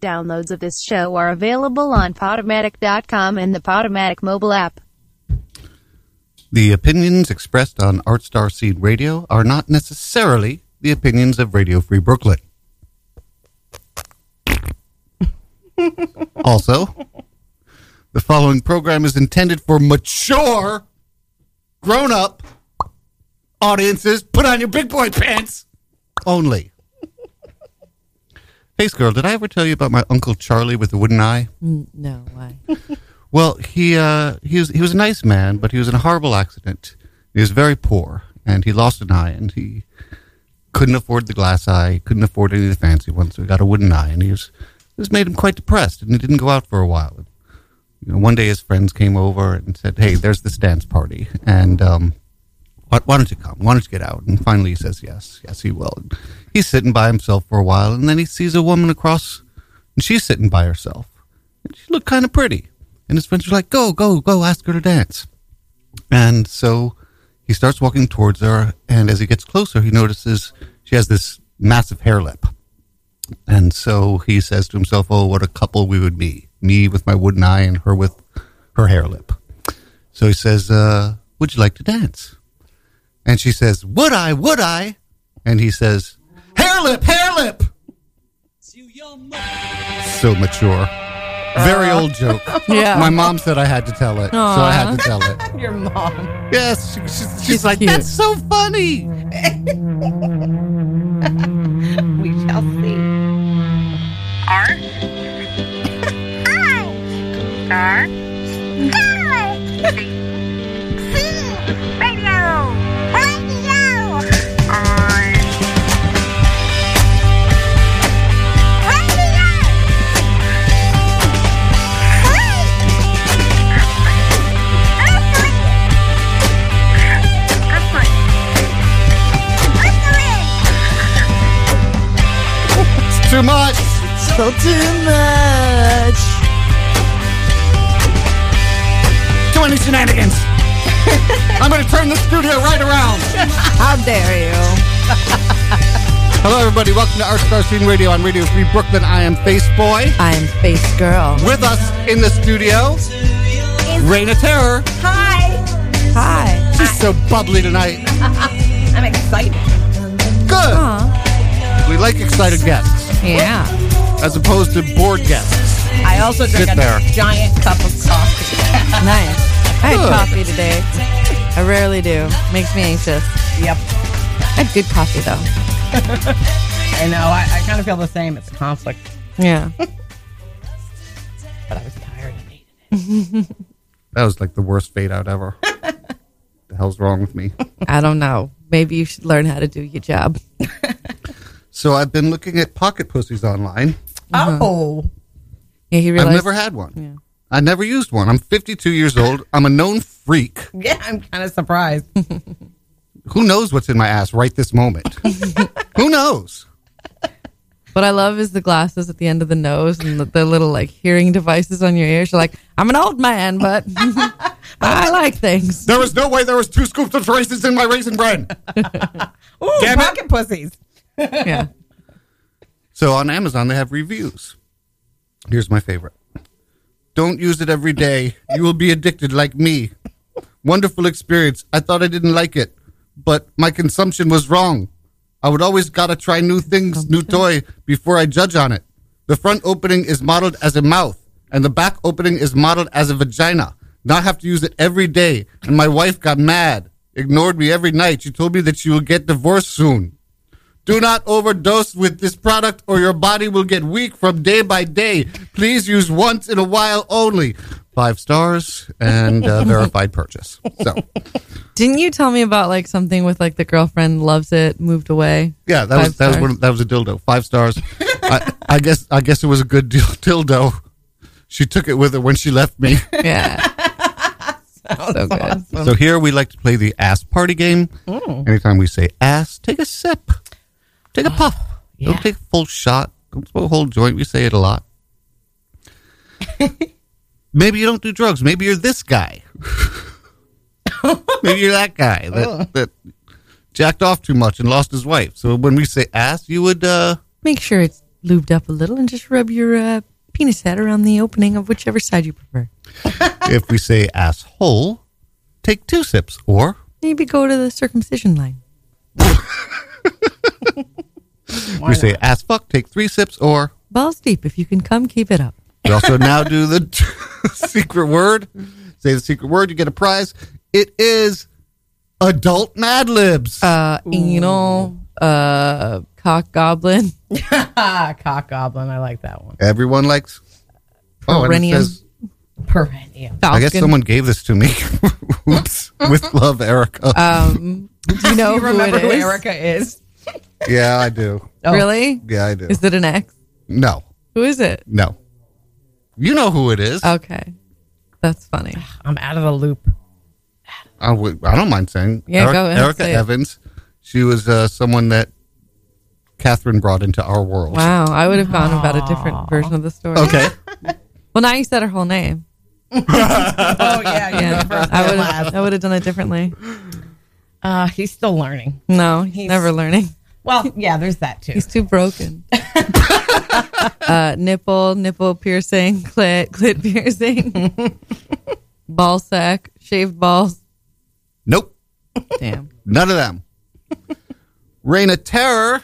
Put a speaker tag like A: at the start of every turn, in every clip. A: Downloads of this show are available on Podomatic.com and the Podomatic mobile app.
B: The opinions expressed on Artstar Seed Radio are not necessarily the opinions of Radio Free Brooklyn. also, the following program is intended for mature, grown up audiences. Put on your big boy pants only. Face girl, did I ever tell you about my uncle Charlie with the wooden eye?
C: No, why?
B: Well, he uh, he was he was a nice man, but he was in a horrible accident. He was very poor, and he lost an eye, and he couldn't afford the glass eye, couldn't afford any of the fancy ones, so he got a wooden eye, and he was this made him quite depressed, and he didn't go out for a while. And, you know, one day his friends came over and said, "Hey, there's this dance party, and um, why, why don't you come? Why don't you get out?" And finally, he says, "Yes, yes, he will." And he's sitting by himself for a while, and then he sees a woman across, and she's sitting by herself, and she looked kind of pretty. And his friends are like, "Go, go, go! Ask her to dance." And so he starts walking towards her, and as he gets closer, he notices she has this massive hair lip. And so he says to himself, Oh, what a couple we would be. Me with my wooden eye and her with her hair lip. So he says, uh, Would you like to dance? And she says, Would I? Would I? And he says, Hair lip, hair lip. So mature. Very old joke.
C: Yeah.
B: My mom said I had to tell it. So I had to tell it.
C: Your mom.
B: Yes. she- she's she's, like,
C: cute.
B: That's so funny.
C: We shall see.
D: Art. Hi. Star. Galaxy. See. Radio. Radio. On. Radio. Free. Earthly. Earthly. Earthly.
B: It's too much.
C: So too much.
B: Too many shenanigans. I'm going to turn the studio right around.
C: How dare you?
B: Hello, everybody. Welcome to Art Star Scene Radio on Radio Free Brooklyn. I am Face Boy.
C: I'm Face Girl.
B: With us in the studio, Raina Terror.
D: Hi.
C: Hi.
B: She's so bubbly tonight.
D: I'm excited.
B: Good. We like excited guests
C: Yeah.
B: as opposed to bored guests.
D: I also drink
B: Sit
D: a
B: there.
D: giant cup of coffee.
C: Nice. I had
B: Good.
C: coffee today. I rarely do. Makes me anxious.
D: yep.
C: I had good coffee though.
D: I know. I, I kind of feel the same. It's a conflict,
C: Yeah.
D: but I was tired and needed it.
B: That was like the worst fade out ever. the hell's wrong with me?
C: I don't know. Maybe you should learn how to do your job.
B: So I've been looking at pocket pussies online.
D: Oh.
C: Yeah, he
B: I've
C: realized.
B: never had one. I never used one. I'm 52 years old. I'm a known freak.
D: Yeah, I'm kind of surprised.
B: Who knows what's in my ass right this moment? Who knows?
C: What I love is the glasses at the end of the nose and the, the little like hearing devices on your ears. You're like, I'm an old man, but I like things.
B: There was no way there was two scoops of raisins in my raisin bread.
D: Ooh,
B: Damn it.
D: pocket pussies.
C: Yeah.
B: So on Amazon, they have reviews. Here's my favorite. Don't use it every day. You will be addicted like me. Wonderful experience. I thought I didn't like it, but my consumption was wrong. I would always gotta try new things, new toy before I judge on it. The front opening is modeled as a mouth, and the back opening is modeled as a vagina. Now I have to use it every day, and my wife got mad, ignored me every night. She told me that she will get divorced soon. Do not overdose with this product or your body will get weak from day by day. Please use once in a while only. Five stars and uh, verified purchase. So,
C: Didn't you tell me about like something with like the girlfriend loves it, moved away?
B: yeah, that was
C: Five
B: that was
C: stars.
B: one, that was a dildo. Five stars. I, I guess I guess it was a good deal, dildo. She took it with her when she left me.
C: Yeah. so good.
B: So here we like to play the ass party game. Anytime we say ass, take a sip, take a puff. Don't take a full shot. Don't smoke a whole joint. We say it a lot. Maybe you don't do drugs. Maybe you're this guy. Maybe you're that guy that, that jacked off too much and lost his wife. So when we say ass, you would uh,
C: Make sure it's lubed up a little and just rub your uh, penis head around the opening of whichever side you prefer.
B: if we say asshole, take two sips or
C: Maybe go to the circumcision line.
B: we say ass fuck, take three sips or
C: Balls deep. If you can come, keep it up.
B: we also now do the secret word. Say the secret word, you get a prize. It is adult Mad Libs.
C: Uh, anal, uh, cock goblin.
D: Ah, cock goblin. I like that one.
B: Everyone likes. oh, and it
C: Perennium.
B: says,
D: Perennial.
B: I guess
C: Falcon.
B: someone gave this to me. Oops. With love, Erica.
C: Um, do you know
D: You
C: who
D: remember
C: it
D: Oh, who
C: is?
D: Erica is?
B: yeah, I do.
D: Oh.
C: Really?
B: Yeah, I do.
C: Is it an ex?
B: No,
C: Who is it?
B: no. You know who it is.
C: Okay, that's funny.
D: I'm out of the loop.
B: I, would, I don't mind saying.
C: Yeah,
B: Eric-
C: go ahead,
B: Erica
C: say it.
B: Evans. She was uh, someone that Catherine brought into our world.
C: Wow, I would have gone about a different version of the story.
B: Okay.
C: Well, now you said her whole name.
D: Oh yeah, you
C: Yeah,
D: did first
C: I
D: and
C: would
D: last.
C: have. I would have done it differently.
D: Uh, he's still learning.
C: No, he's, never learning.
D: Well, yeah, there's that too.
C: He's too broken. uh, nipple, nipple piercing, clit, clit piercing, ball sack, shaved balls.
B: Nope.
C: Damn.
B: None of them. Reign of Terror.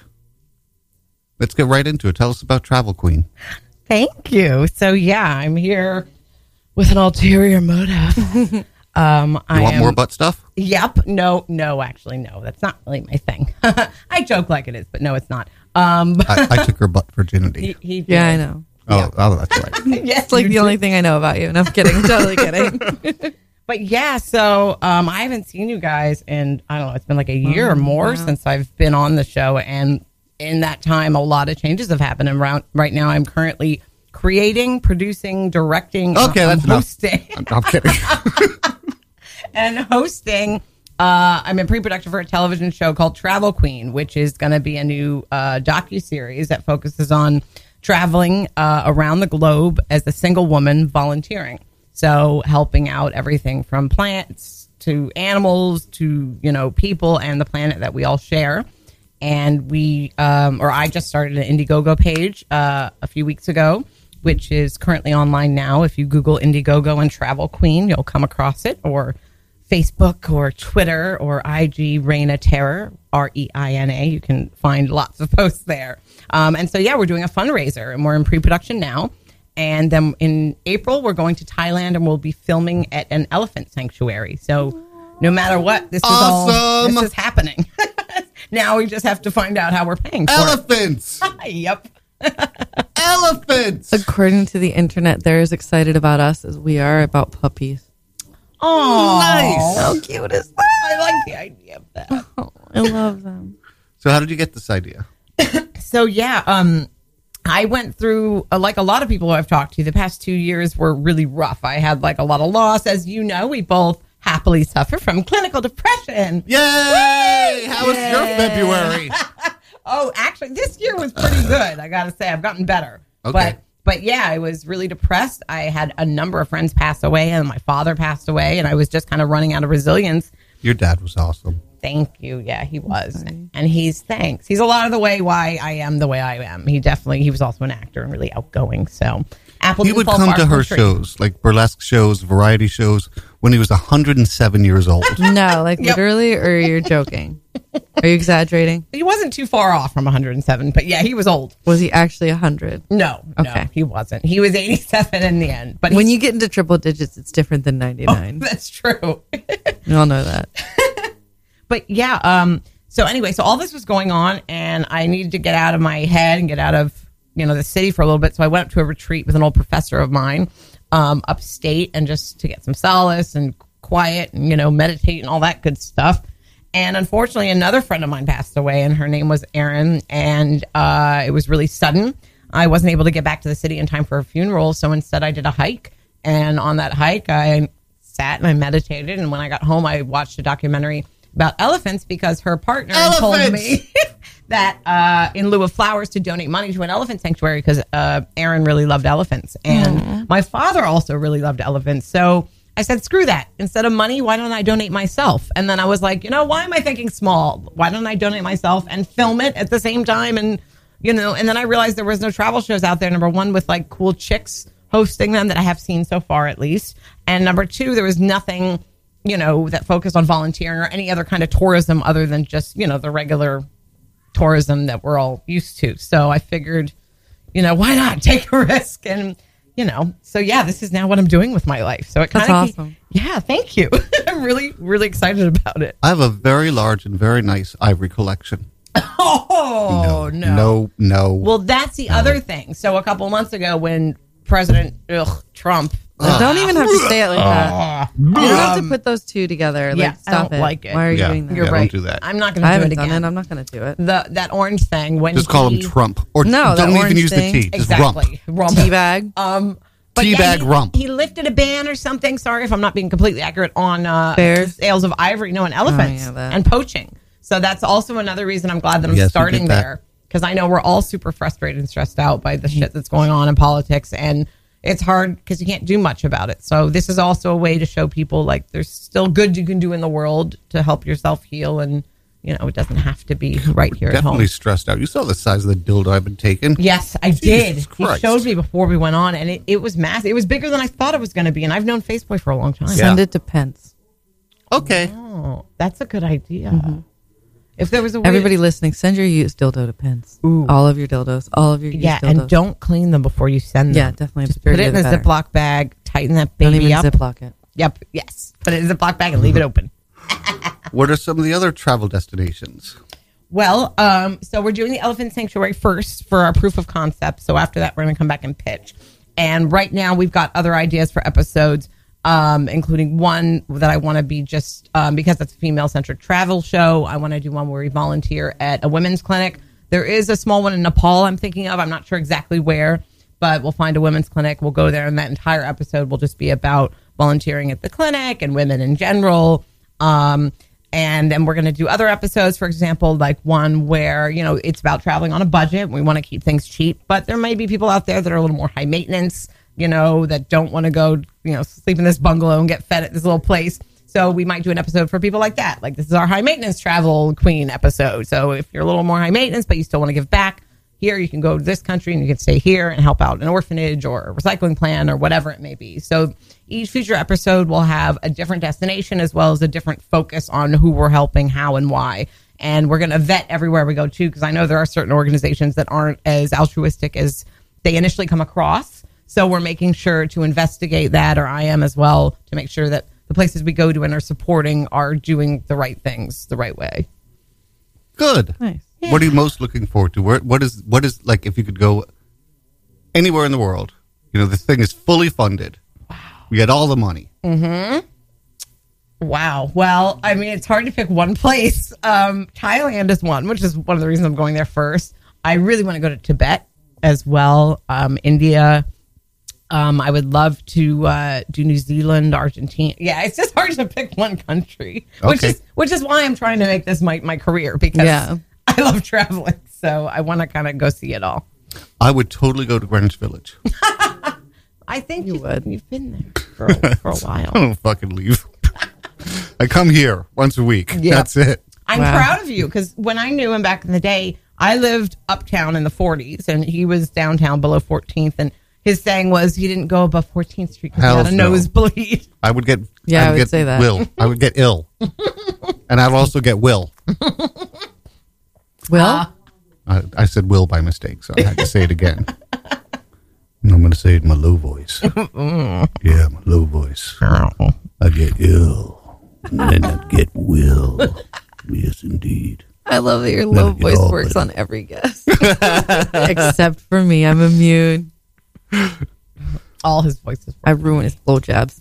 B: Let's get right into it. Tell us about Travel Queen.
D: Thank you. So yeah, I'm here with an ulterior motive. um,
B: You
D: I
B: want
D: am.
B: more butt stuff?
D: Yep. No. No. Actually, no. That's not really my thing. I joke like it is, but no, it's not. Um, but
B: I, I took her butt virginity.
D: he, he did.
C: Yeah, I know.
B: Oh, oh, that's right.
D: yes,
C: It's like the only thing I know about you, and I'm kidding. totally kidding.
D: But yeah, so um, I haven't seen you guys in I don't know. It's been like a
C: Oh,
D: year or more since I've been on the show, and in that time, a lot of changes have happened. And round, right now, I'm currently creating, producing, directing, and
B: Okay,
D: I'm
B: that's enough.
D: hosting
B: I'm, I'm kidding.
D: and hosting. Uh, I'm in pre-production for a television show called Travel Queen, which is going to be a new uh, docu series that focuses on traveling uh, around the globe as a single woman volunteering. So helping out everything from plants to animals to you know people and the planet that we all share. And we, um, or I just started an Indiegogo page uh, a few weeks ago which is currently online now. If you Google Indiegogo and Travel Queen, you'll come across it, or Facebook, or Twitter, or IG Reina Terror, R E I N A. You can find lots of posts there. Um, and so, yeah, we're doing a fundraiser and we're in pre production now. And then in April, we're going to Thailand and we'll be filming at an elephant sanctuary. So, no matter what, this is all
B: Awesome.
D: this is happening. now we just have to find out how we're paying for
C: Oh.
B: Elephants!
D: it. Yep.
B: Elephants!
C: According to the internet, they're as excited about us as we are about puppies.
D: Oh, nice.
C: How cute is that?
D: I like the idea of that.
C: I love them.
B: So, how did you get this idea?
D: so yeah um i went through uh, like a lot of people i've talked to the past two years were really rough i had like a lot of loss as you know we both happily suffer from clinical depression
B: Yay! How was your February?
D: oh actually this year was pretty good i gotta say i've gotten better
B: Okay.
D: but but yeah i was really depressed i had a number of friends pass away and my father passed away and i was just kind of running out of resilience
B: Your dad was awesome.
D: Thank you. Yeah, he was. And he's thanks. He's a lot of the way why I am the way I am. He definitely he was also an actor and really outgoing. So Apple
B: He
D: didn't
B: would
D: fall
B: come
D: far
B: to
D: from
B: her
D: the tree.
B: shows, like burlesque shows, variety shows, when he was 107 years old.
C: No, like literally, or you're joking? Are you exaggerating?
D: He wasn't too far off from 107, but yeah, he was old.
C: Was he actually 100?
D: No, no,
C: Okay.
D: he wasn't. He was 87 in the end. But
C: When
D: he-
C: you get into triple digits, it's different than 99.
D: that's true.
C: We all know that.
D: but yeah um so anyway so all this was going on and i needed to get out of my head and get out of you know the city for a little bit so i went up to a retreat with an old professor of mine um upstate and just to get some solace and quiet and you know meditate and all that good stuff and unfortunately another friend of mine passed away and her name was erin and uh, it was really sudden i wasn't able to get back to the city in time for a funeral so instead i did a hike and on that hike i sat and I meditated. And when I got home, I watched a documentary about elephants because her partner told me that uh, in lieu of flowers to donate money to an elephant sanctuary because uh, Aaron really loved elephants. And my father also really loved elephants. So I said, screw that. Instead of money, why don't I donate myself? And then I was like, you know, why am I thinking small? Why don't I donate myself and film it at the same time and you know. And then I realized there was no travel shows out there. Number one, with like cool chicks hosting them that I have seen so far, at least. And number two, there was nothing, you know, that focused on volunteering or any other kind of tourism other than just you know the regular tourism that we're all used to. So I figured, you know, why not take a risk and. You know, so yeah, this is now what I'm doing with my life. So it kind
C: That's
D: of
C: awesome.
D: yeah, thank you. I'm really, really excited about it.
B: I have a very large and very nice ivory collection.
D: Oh no.
B: No, no.
D: Well, that's the other thing. So a couple months ago, when President ugh, Trump,
C: Don't even have to say it like that. You don't have to put those two together. Like,
D: yeah, I
C: stop
D: don't
C: it.
D: like it.
C: Why are you
B: Um, Yeah.
C: doing that?
B: You're
D: you're
B: Yeah, don't
D: right.
B: do that.
D: I'm not going
C: I
D: to do
C: haven't
D: it
C: done
D: again.
C: it. I'm not going to do it.
D: the that orange thing when
B: just call him
D: he-
B: Trump. Or
C: No, that
B: don't even
C: orange
B: use
C: thing.
B: the T. Just
D: Exactly, rump.
C: Teabag.
D: Um, but
B: Teabag
D: he,
B: rump.
D: He lifted a ban or something. Sorry if I'm not being completely accurate on uh,
C: Bears?
D: sales of ivory, no,
B: Oh,
D: and elephants
C: yeah, that.
D: and poaching. So that's also another reason I'm glad that I'm
B: Yes, we did
D: starting
B: that. Mm-hmm.
D: there because I know we're all super frustrated and stressed out by the shit that's going on in politics, and it's hard because you can't do much about it. So this is also a way to show people like there's still good you can do in the world to help yourself heal, and you know it doesn't have to be right here at home.
B: Definitely stressed out. You saw the size of the dildo I've been taking.
D: Yes, I
B: Jesus
D: did.
B: Christ.
D: He showed me before we went on, and it, it was massive. It was bigger than I thought it was going to be, and I've known Faceboy for a long time.
B: Yeah.
C: Send it to Pence.
B: Okay.
D: Oh, that's a good idea. If there was a way
C: Mm-hmm. Everybody listening, send your used dildo to Pence. All of your dildos. All of your used
D: yeah,
C: dildos.
D: and don't clean them before you send them.
C: Yeah, definitely.
D: Just
C: The
D: put it in a
C: dirtier the better.
D: Ziploc bag, tighten that
C: Don't
D: baby
C: even
D: up.
C: ziplock it.
D: Yep, yes, put it in a Ziploc bag
B: Mm-hmm.
D: and leave it open.
B: What are some of the other travel destinations?
D: Well, um, so we're doing the elephant sanctuary first for our proof of concept. So after that, we're going to come back and pitch. And right now, we've got other ideas for episodes, um, including one that I want to be just um, because it's a female centric travel show. I want to do one where we volunteer at a women's clinic. There is a small one in Nepal I'm thinking of. I'm not sure exactly where, but we'll find a women's clinic. We'll go there, and that entire episode will just be about volunteering at the clinic and women in general. Um, and then we're going to do other episodes for example like one where you know it's about traveling on a budget we want to keep things cheap but there may be people out there that are a little more high maintenance you know that don't want to go you know sleep in this bungalow and get fed at this little place so we might do an episode for people like that like this is our high maintenance travel queen episode so if you're a little more high maintenance but you still want to give back here you can go to this country and you can stay here and help out an orphanage or a recycling plan or whatever it may be so each future episode will have a different destination as well as a different focus on who we're helping how and why and we're going to vet everywhere we go to because i know there are certain organizations that aren't as altruistic as they initially come across so we're making sure to investigate that or i am as well to make sure that the places we go to and are supporting are doing the right things the right way
B: Good.
C: Nice.
B: What are you most looking forward to? Where, what is what is like if you could go anywhere in the world? You know, this thing is fully funded. Wow. We get all the money.
D: Wow. Well, I mean, it's hard to pick one place. Um, Thailand is one, which is one of the reasons I'm going there first. I really want to go to Tibet as well, um, India. Um, I would love to uh, do New Zealand, Argentina. Yeah, it's just hard to pick one country, which
B: Okay.
D: is which is why I'm trying to make this my, my career because
C: Yeah.
D: I love traveling. So I want to kind of go see it all.
B: I would totally go to Greenwich Village.
D: I think
C: You
D: you
C: would.
D: You've been there for, a- for a while.
B: I don't fucking leave. I come here once a week.
D: Yeah.
B: That's it.
D: I'm
C: Wow.
D: proud of you because when I knew him back in the day, I lived uptown in the 40s and he was downtown below 14th. And his saying was he didn't go above 14th Street because he
B: Hell
D: had a
B: no.
D: nosebleed.
B: I would get
C: Yeah, I would
B: get
C: say that.
B: Will. I would get ill. and I'd also get Will.
C: Will?
D: Ah.
B: I, I said Will by mistake, so I had to say it again. and I'm going to say it in my low voice. yeah, my low voice. I get ill, and then I get Will. Yes, indeed.
C: I love that your low
B: Let it
C: voice
B: go,
C: works
B: but-
C: on every guest. Except for me. I'm immune.
D: All his voices.
C: I ruin his blowjabs.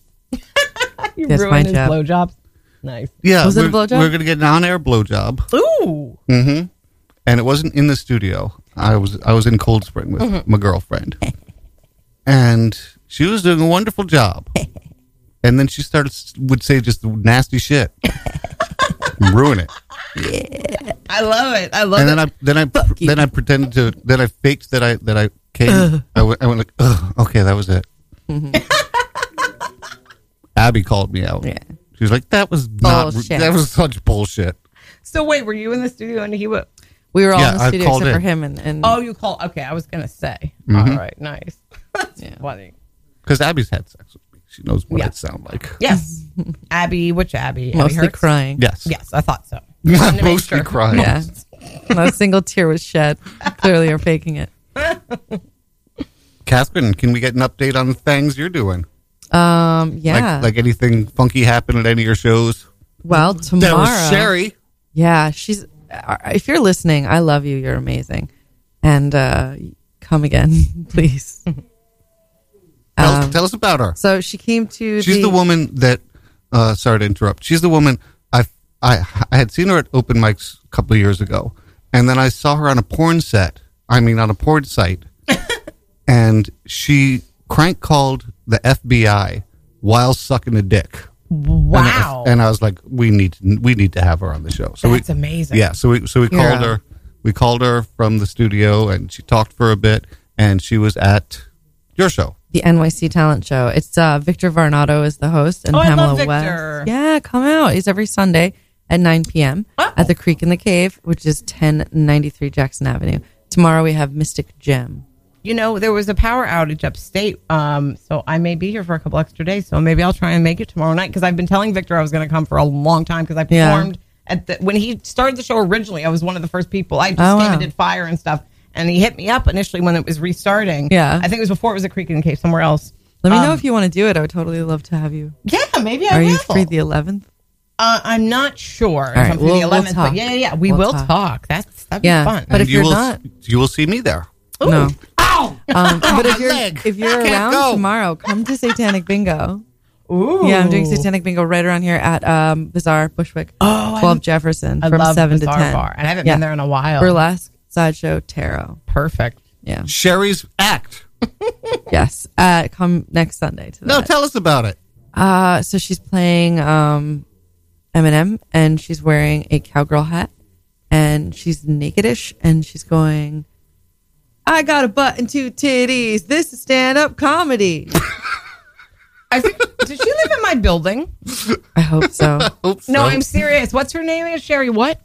D: You
C: That's my
D: ruined his
C: job.
D: blowjobs. Nice.
B: Yeah,
C: Was it a
B: we're,
C: blowjob?
B: we're going to get an on-air blowjob,
D: Ooh.
B: and it wasn't in the studio. I was I was in Cold Spring with my girlfriend, and she was doing a wonderful job. And then she started s- would say just nasty shit, ruin it.
D: I love it. I love
B: and
D: it.
B: then I then I then I pretended to then I faked that I that I came. I went, I went like, Ugh, okay, that was it. Abby called me out.
C: Yeah.
B: She was like, that was not
C: Bullshit.
B: that was such bullshit.
D: so wait, were you in the studio and he was?
C: We were all
B: Yeah,
C: in the
B: I
C: studio
B: called
C: except for
B: in.
C: him and, and
D: Oh, you call? Okay, I was gonna say.
C: Mm-hmm.
D: All right, nice. That's funny.
B: Because Abby's had sex with me. She knows what
D: Yeah.
B: it sounds like.
D: Yes, Abby. Which Abby? Abby
C: mostly
D: Hertz?
C: crying.
B: Yes.
D: Yes, I thought so. Wanted to make
B: Mostly
D: sure.
B: crying.
C: Yeah. Not a single tear was shed. Clearly, you're faking it.
B: Catherine, can we get an update on the things you're doing?
C: Um, yeah.
B: Like, like anything funky happened at any of your shows?
C: well,
B: There
C: tomorrow.
B: was Sherry.
C: Yeah, she's. uh, If you're listening, I love you. You're amazing, and uh, come again, please.
B: Tell,
C: um,
B: tell us about her.
C: So she came to.
B: She's the woman that. Uh, sorry to interrupt. She's the woman I I I had seen her at open mics a couple of years ago, and then I saw her on a porn set. I mean, on a porn site, and she crank called the FBI while sucking a dick. And I-
D: Wow.
B: And I, was like, we need we need to have her on the show. So
D: That's
B: we,
D: amazing.
B: Yeah. So we so we
C: Hero.
B: called her. We called her from the studio, and she talked for a bit. And she was at your show.
C: the NYC Talent Show. It's uh, Victor Varnado is the host and
D: Oh, I
C: Pamela
D: love Victor.
C: West. Yeah, come out. He's every Sunday at 9 p.m. at the Creek in the Cave, which is 1093 Jackson Avenue. Tomorrow we have Mystic Gem.
D: you know, there was a power outage upstate, um, so I may be here for a couple extra days. So maybe I'll try and make it tomorrow night because I've been telling Victor I was going to come for a long time because I
C: Yeah.
D: performed at the when he started the show originally. I was one of the first people. I just
C: Oh,
D: came
C: wow.
D: and did fire and stuff, and he hit me up initially when it was restarting.
C: Yeah.
D: I think it was before it was a creek in the cave somewhere else.
C: Let me
D: Um,
C: know if you want to do it. I would totally love to have you.
D: Yeah, maybe I
C: Are
D: will.
C: you free the 11th?
D: uh, I'm not sure. if
C: right,
D: I'm free
C: we'll-
D: the
C: we'll
D: 11th, but
C: talk.
D: yeah, yeah, yeah, we
C: We'll
D: will talk.
C: talk.
D: That's that'd
C: Yeah,
D: be fun.
C: but if
B: And you
C: you're
B: will,
C: not-
B: you will see me there.
C: No.
D: Ow!
C: Um, but if
B: my
C: you're
B: leg.
C: if
B: I
C: you're
B: can't
C: around
B: go.
C: tomorrow, come to Satanic Bingo.
D: Ooh.
C: Yeah, I'm doing Satanic Bingo right around here at um, Bazaar Bushwick,
D: Oh, I
C: 12 Jefferson
D: I
C: from
D: love
C: 7 to
D: Bizarre
C: 10.
D: Bar, and I haven't
C: Yeah.
D: been there in a while.
C: Burlesque, sideshow, tarot.
D: Perfect.
C: Yeah.
B: Sherry's act.
C: Yes. Uh, come next Sunday to
B: No,
C: that.
B: tell us about it.
C: uh, so she's playing um, Eminem, and she's wearing a cowgirl hat, and she's nakedish, and she's going, "I got a butt and two titties. This is stand-up comedy."
D: I think did she live in my building?
C: I hope so.
B: Oops.
D: No, I'm serious. What's her name? Is Sherry? What?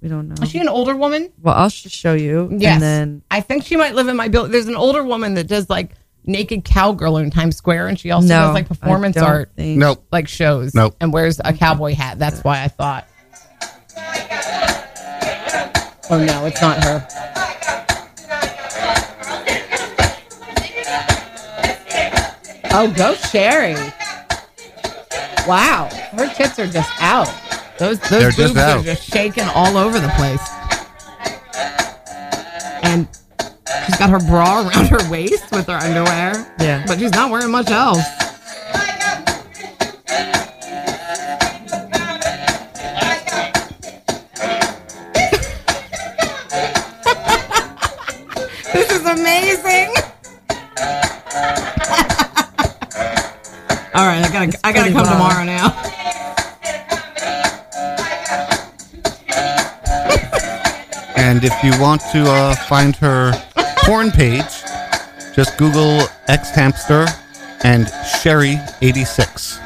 C: We don't know.
D: Is she an older woman?
C: Well, I'll just show you,
D: Yes.
C: and then
D: I think she might live in my building. There's an older woman that does like naked cowgirl in Times Square, and she also
C: no,
D: does like performance
C: I don't
D: art,
C: Think.
B: Nope.
D: like shows,
B: Nope.
D: and wears a cowboy hat. That's why I thought. Oh no, it's not her. Oh, go Sherry! Wow, her tits are just out. Those those
B: They're
D: boobs
B: just
D: are
B: out.
D: just shaking all over the place, and she's got her bra around her waist with her underwear.
C: Yeah.
D: but she's not wearing much else. This is amazing. All right, I gotta, I
C: pretty
D: gotta come
C: wild.
D: tomorrow now.
B: And if you want to uh, find her porn page, just Google X Hamster and Sherry eighty six.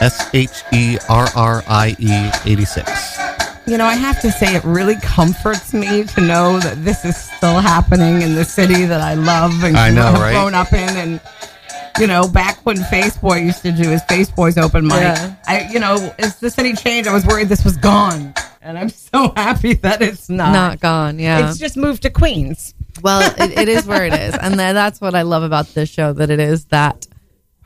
B: S H E R R I E eighty six.
D: You know, I have to say, it really comforts me to know that this is still happening in the city that I love and
B: I know,
D: have
B: right?
D: grown up in. And, you know, back when Faceboy used to do his Faceboy's open mic,
C: Yeah.
D: I, you know, as the city changed, I was worried this was gone. And I'm so happy that it's not.
C: Not gone. Yeah.
D: It's just moved to Queens.
C: Well, it, it is where it is, and tha- that's what I love about this show that it is that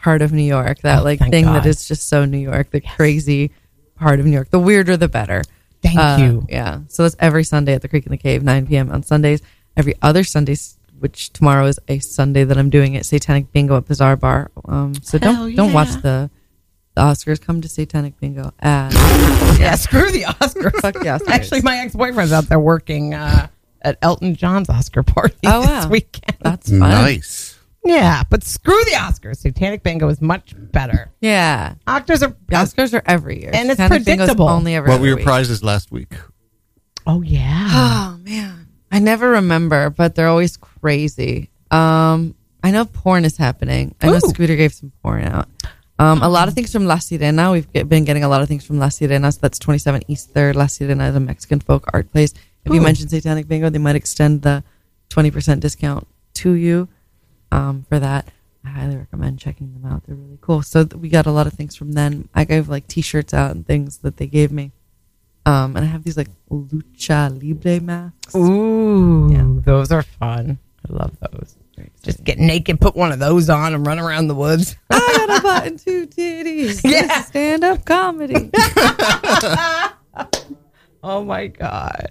C: part of New York, that
D: Oh,
C: like
D: thank
C: thing
D: God.
C: that is just so New York, the crazy part of New York. The weirder, the better. Uh,
D: Thank you.
C: Yeah. So that's every Sunday at the Creek in the Cave, 9 p.m. on Sundays. Every other Sunday, s- which tomorrow is a Sunday that I'm doing at Satanic Bingo at Bizarre Bar. Um, so don't
D: Hell
C: don't watch
D: yeah.
C: the, the Oscars. Come to Satanic Bingo. Uh, And
D: Yeah, screw the Oscars.
C: Fuck the Oscars.
D: Actually, my ex boyfriend's out there working uh, at Elton John's Oscar party
C: Oh,
D: this
C: wow.
D: weekend.
C: that's fun.
B: Nice.
D: Yeah, but screw the Oscars. Satanic Bingo is much better.
C: Yeah.
D: Octos are.
C: The Oscars are every year,
D: And it's
C: Satanic Bingo's
D: predictable.
C: Only every
B: What were your
C: week.
B: prizes last week?
D: Oh yeah.
C: Oh man, I never remember, but they're always crazy. Um, I know porn is happening. I know
D: Ooh.
C: Scooter gave some porn out. Um, a lot of things from La Sirena. We've get, been getting a lot of things from La Sirena. So that's 27 East 3rd. La Sirena is a Mexican folk art place If you mention Satanic Bingo, they might extend the 20% discount to you um, for that. I highly recommend checking them out. They're really cool. So th- we got a lot of things from them. I gave like t-shirts out and things that they gave me. Um, and I have these like lucha libre masks.
D: Ooh,
C: Yeah.
D: those are fun. I love those. Just get naked, put one of those on, and run around the woods.
C: I got a button, two titties.
D: Yeah.
C: Stand up comedy.
D: Oh my god!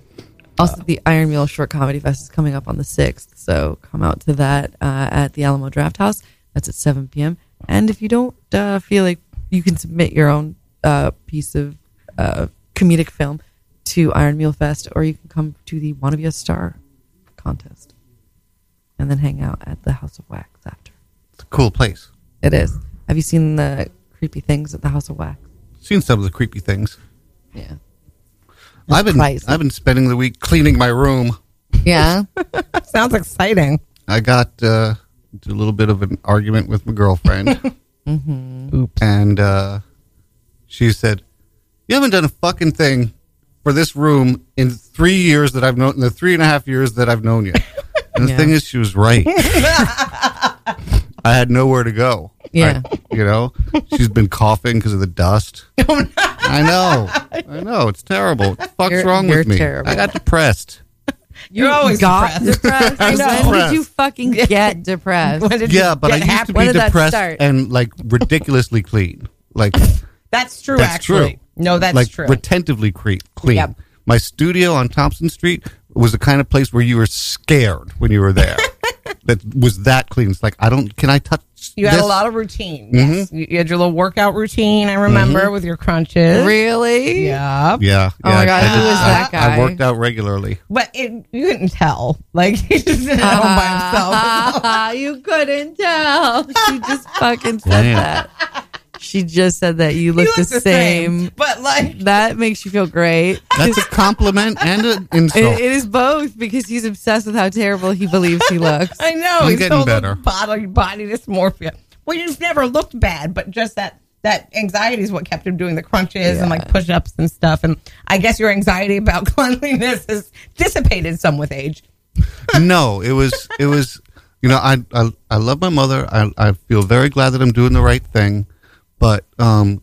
C: Also, the Iron Mule Short Comedy Fest is coming up on the 6th. So come out to that uh, at the Alamo Draft House. That's at 7 p.m. And if you don't uh, feel like you can submit your own uh, piece of uh, comedic film to Iron Mule Fest, or you can come to the Wanna Be a Star contest and then hang out at the House of Wax after.
B: It's a cool place.
C: It is. Have you seen the creepy things at the House of Wax?
B: Seen some of the creepy things.
C: Yeah.
B: I've been
C: crazy.
B: I've been spending the week cleaning my room.
C: Yeah.
D: Sounds exciting.
B: I got uh, into a little bit of an argument with my girlfriend,
C: Mm-hmm.
D: Oops.
B: and uh, she said, "You haven't done a fucking thing for this room in three years that I've known, in the three and a half years that I've known you." And the
C: Yeah.
B: thing is, she was right. I had nowhere to go.
C: Yeah.
B: I- you know, she's been coughing because of the dust.
C: Oh,
B: I know, I know, it's terrible. What the fuck's
C: You're-
B: wrong
C: you're
B: with me?
C: terrible.
B: I got depressed.
D: You're always
C: got
D: depressed.
C: depressed.
B: I know.
C: When did you
B: Depressed.
C: fucking get depressed?
D: When did you
B: Yeah, but I
D: get
B: used
D: happy?
B: to be
C: When did that
B: depressed
C: start?
B: and like ridiculously clean. Like
D: That's true.
B: that's
D: actually,
B: true.
D: no, that's
B: like
D: true.
B: retentively cre- clean.
D: Yep.
B: My studio on Thompson Street was the kind of place where you were scared when you were there. that was that clean. It's like I don't. Can I touch?
D: you had
B: this? Mm-hmm.
D: a lot of routine. Yes. You, you had your little workout routine. I remember with your crunches.
C: Really?
D: Yeah,
B: Yeah.
C: Oh my
B: yeah,
C: God,
B: I,
C: who was that
B: I- I
C: guy?
B: worked out regularly.
D: but it, you couldn't tell. Like he just did it all by himself.
C: you couldn't tell. She just fucking said
B: Damn.
C: that. She just said that you
D: You
C: look, the,
D: look
C: same.
D: but like
C: That makes you feel great.
B: That's a compliment and an
C: It,
B: insult.
C: it is both because he's obsessed with how terrible he believes he looks.
D: I know
B: I'm
D: he's
B: getting
D: told
B: better.
D: Body, body dysmorphia. Well, you've never looked bad, but just that that anxiety is what kept him doing the crunches and like push ups and stuff. And I guess your anxiety about cleanliness has dissipated some with age.
B: no, it was it was you know I I, I love my mother. I, I feel very glad that I'm doing the right thing, but um,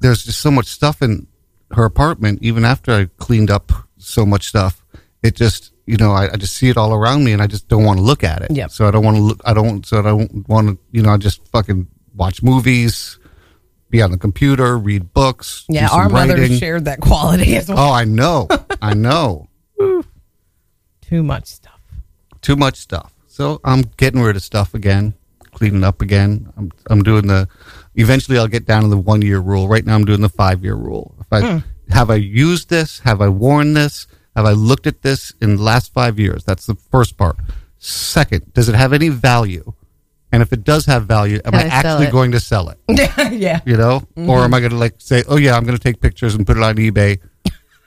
B: there's just so much stuff in her apartment. Even after I cleaned up so much stuff, it just you know I, I just see it all around me, and I just don't want to look at it.
D: Yep.
B: So I don't want to look. I don't. So I don't want to. You know, I just fucking watch movies, be on the computer, read books. do
D: Yeah,
B: some
D: our mother
B: writing.
D: shared that quality as well.
B: Oh, I know. I know.
D: Too much stuff.
B: too much stuff. So I'm getting rid of stuff again, cleaning up again. I'm I'm doing the. Eventually, I'll get down to the one year rule. Right now, I'm doing the five year rule. If I have I used this, have I worn this, have I looked at this in the last five years? That's the first part. Second, does it have any value? And if it does have value, am
C: Can
B: I
C: I sell
B: actually
C: it?
B: going to sell it?
D: yeah,
B: You know, or am I going to like say, "Oh yeah, I'm going to take pictures and put it on eBay"?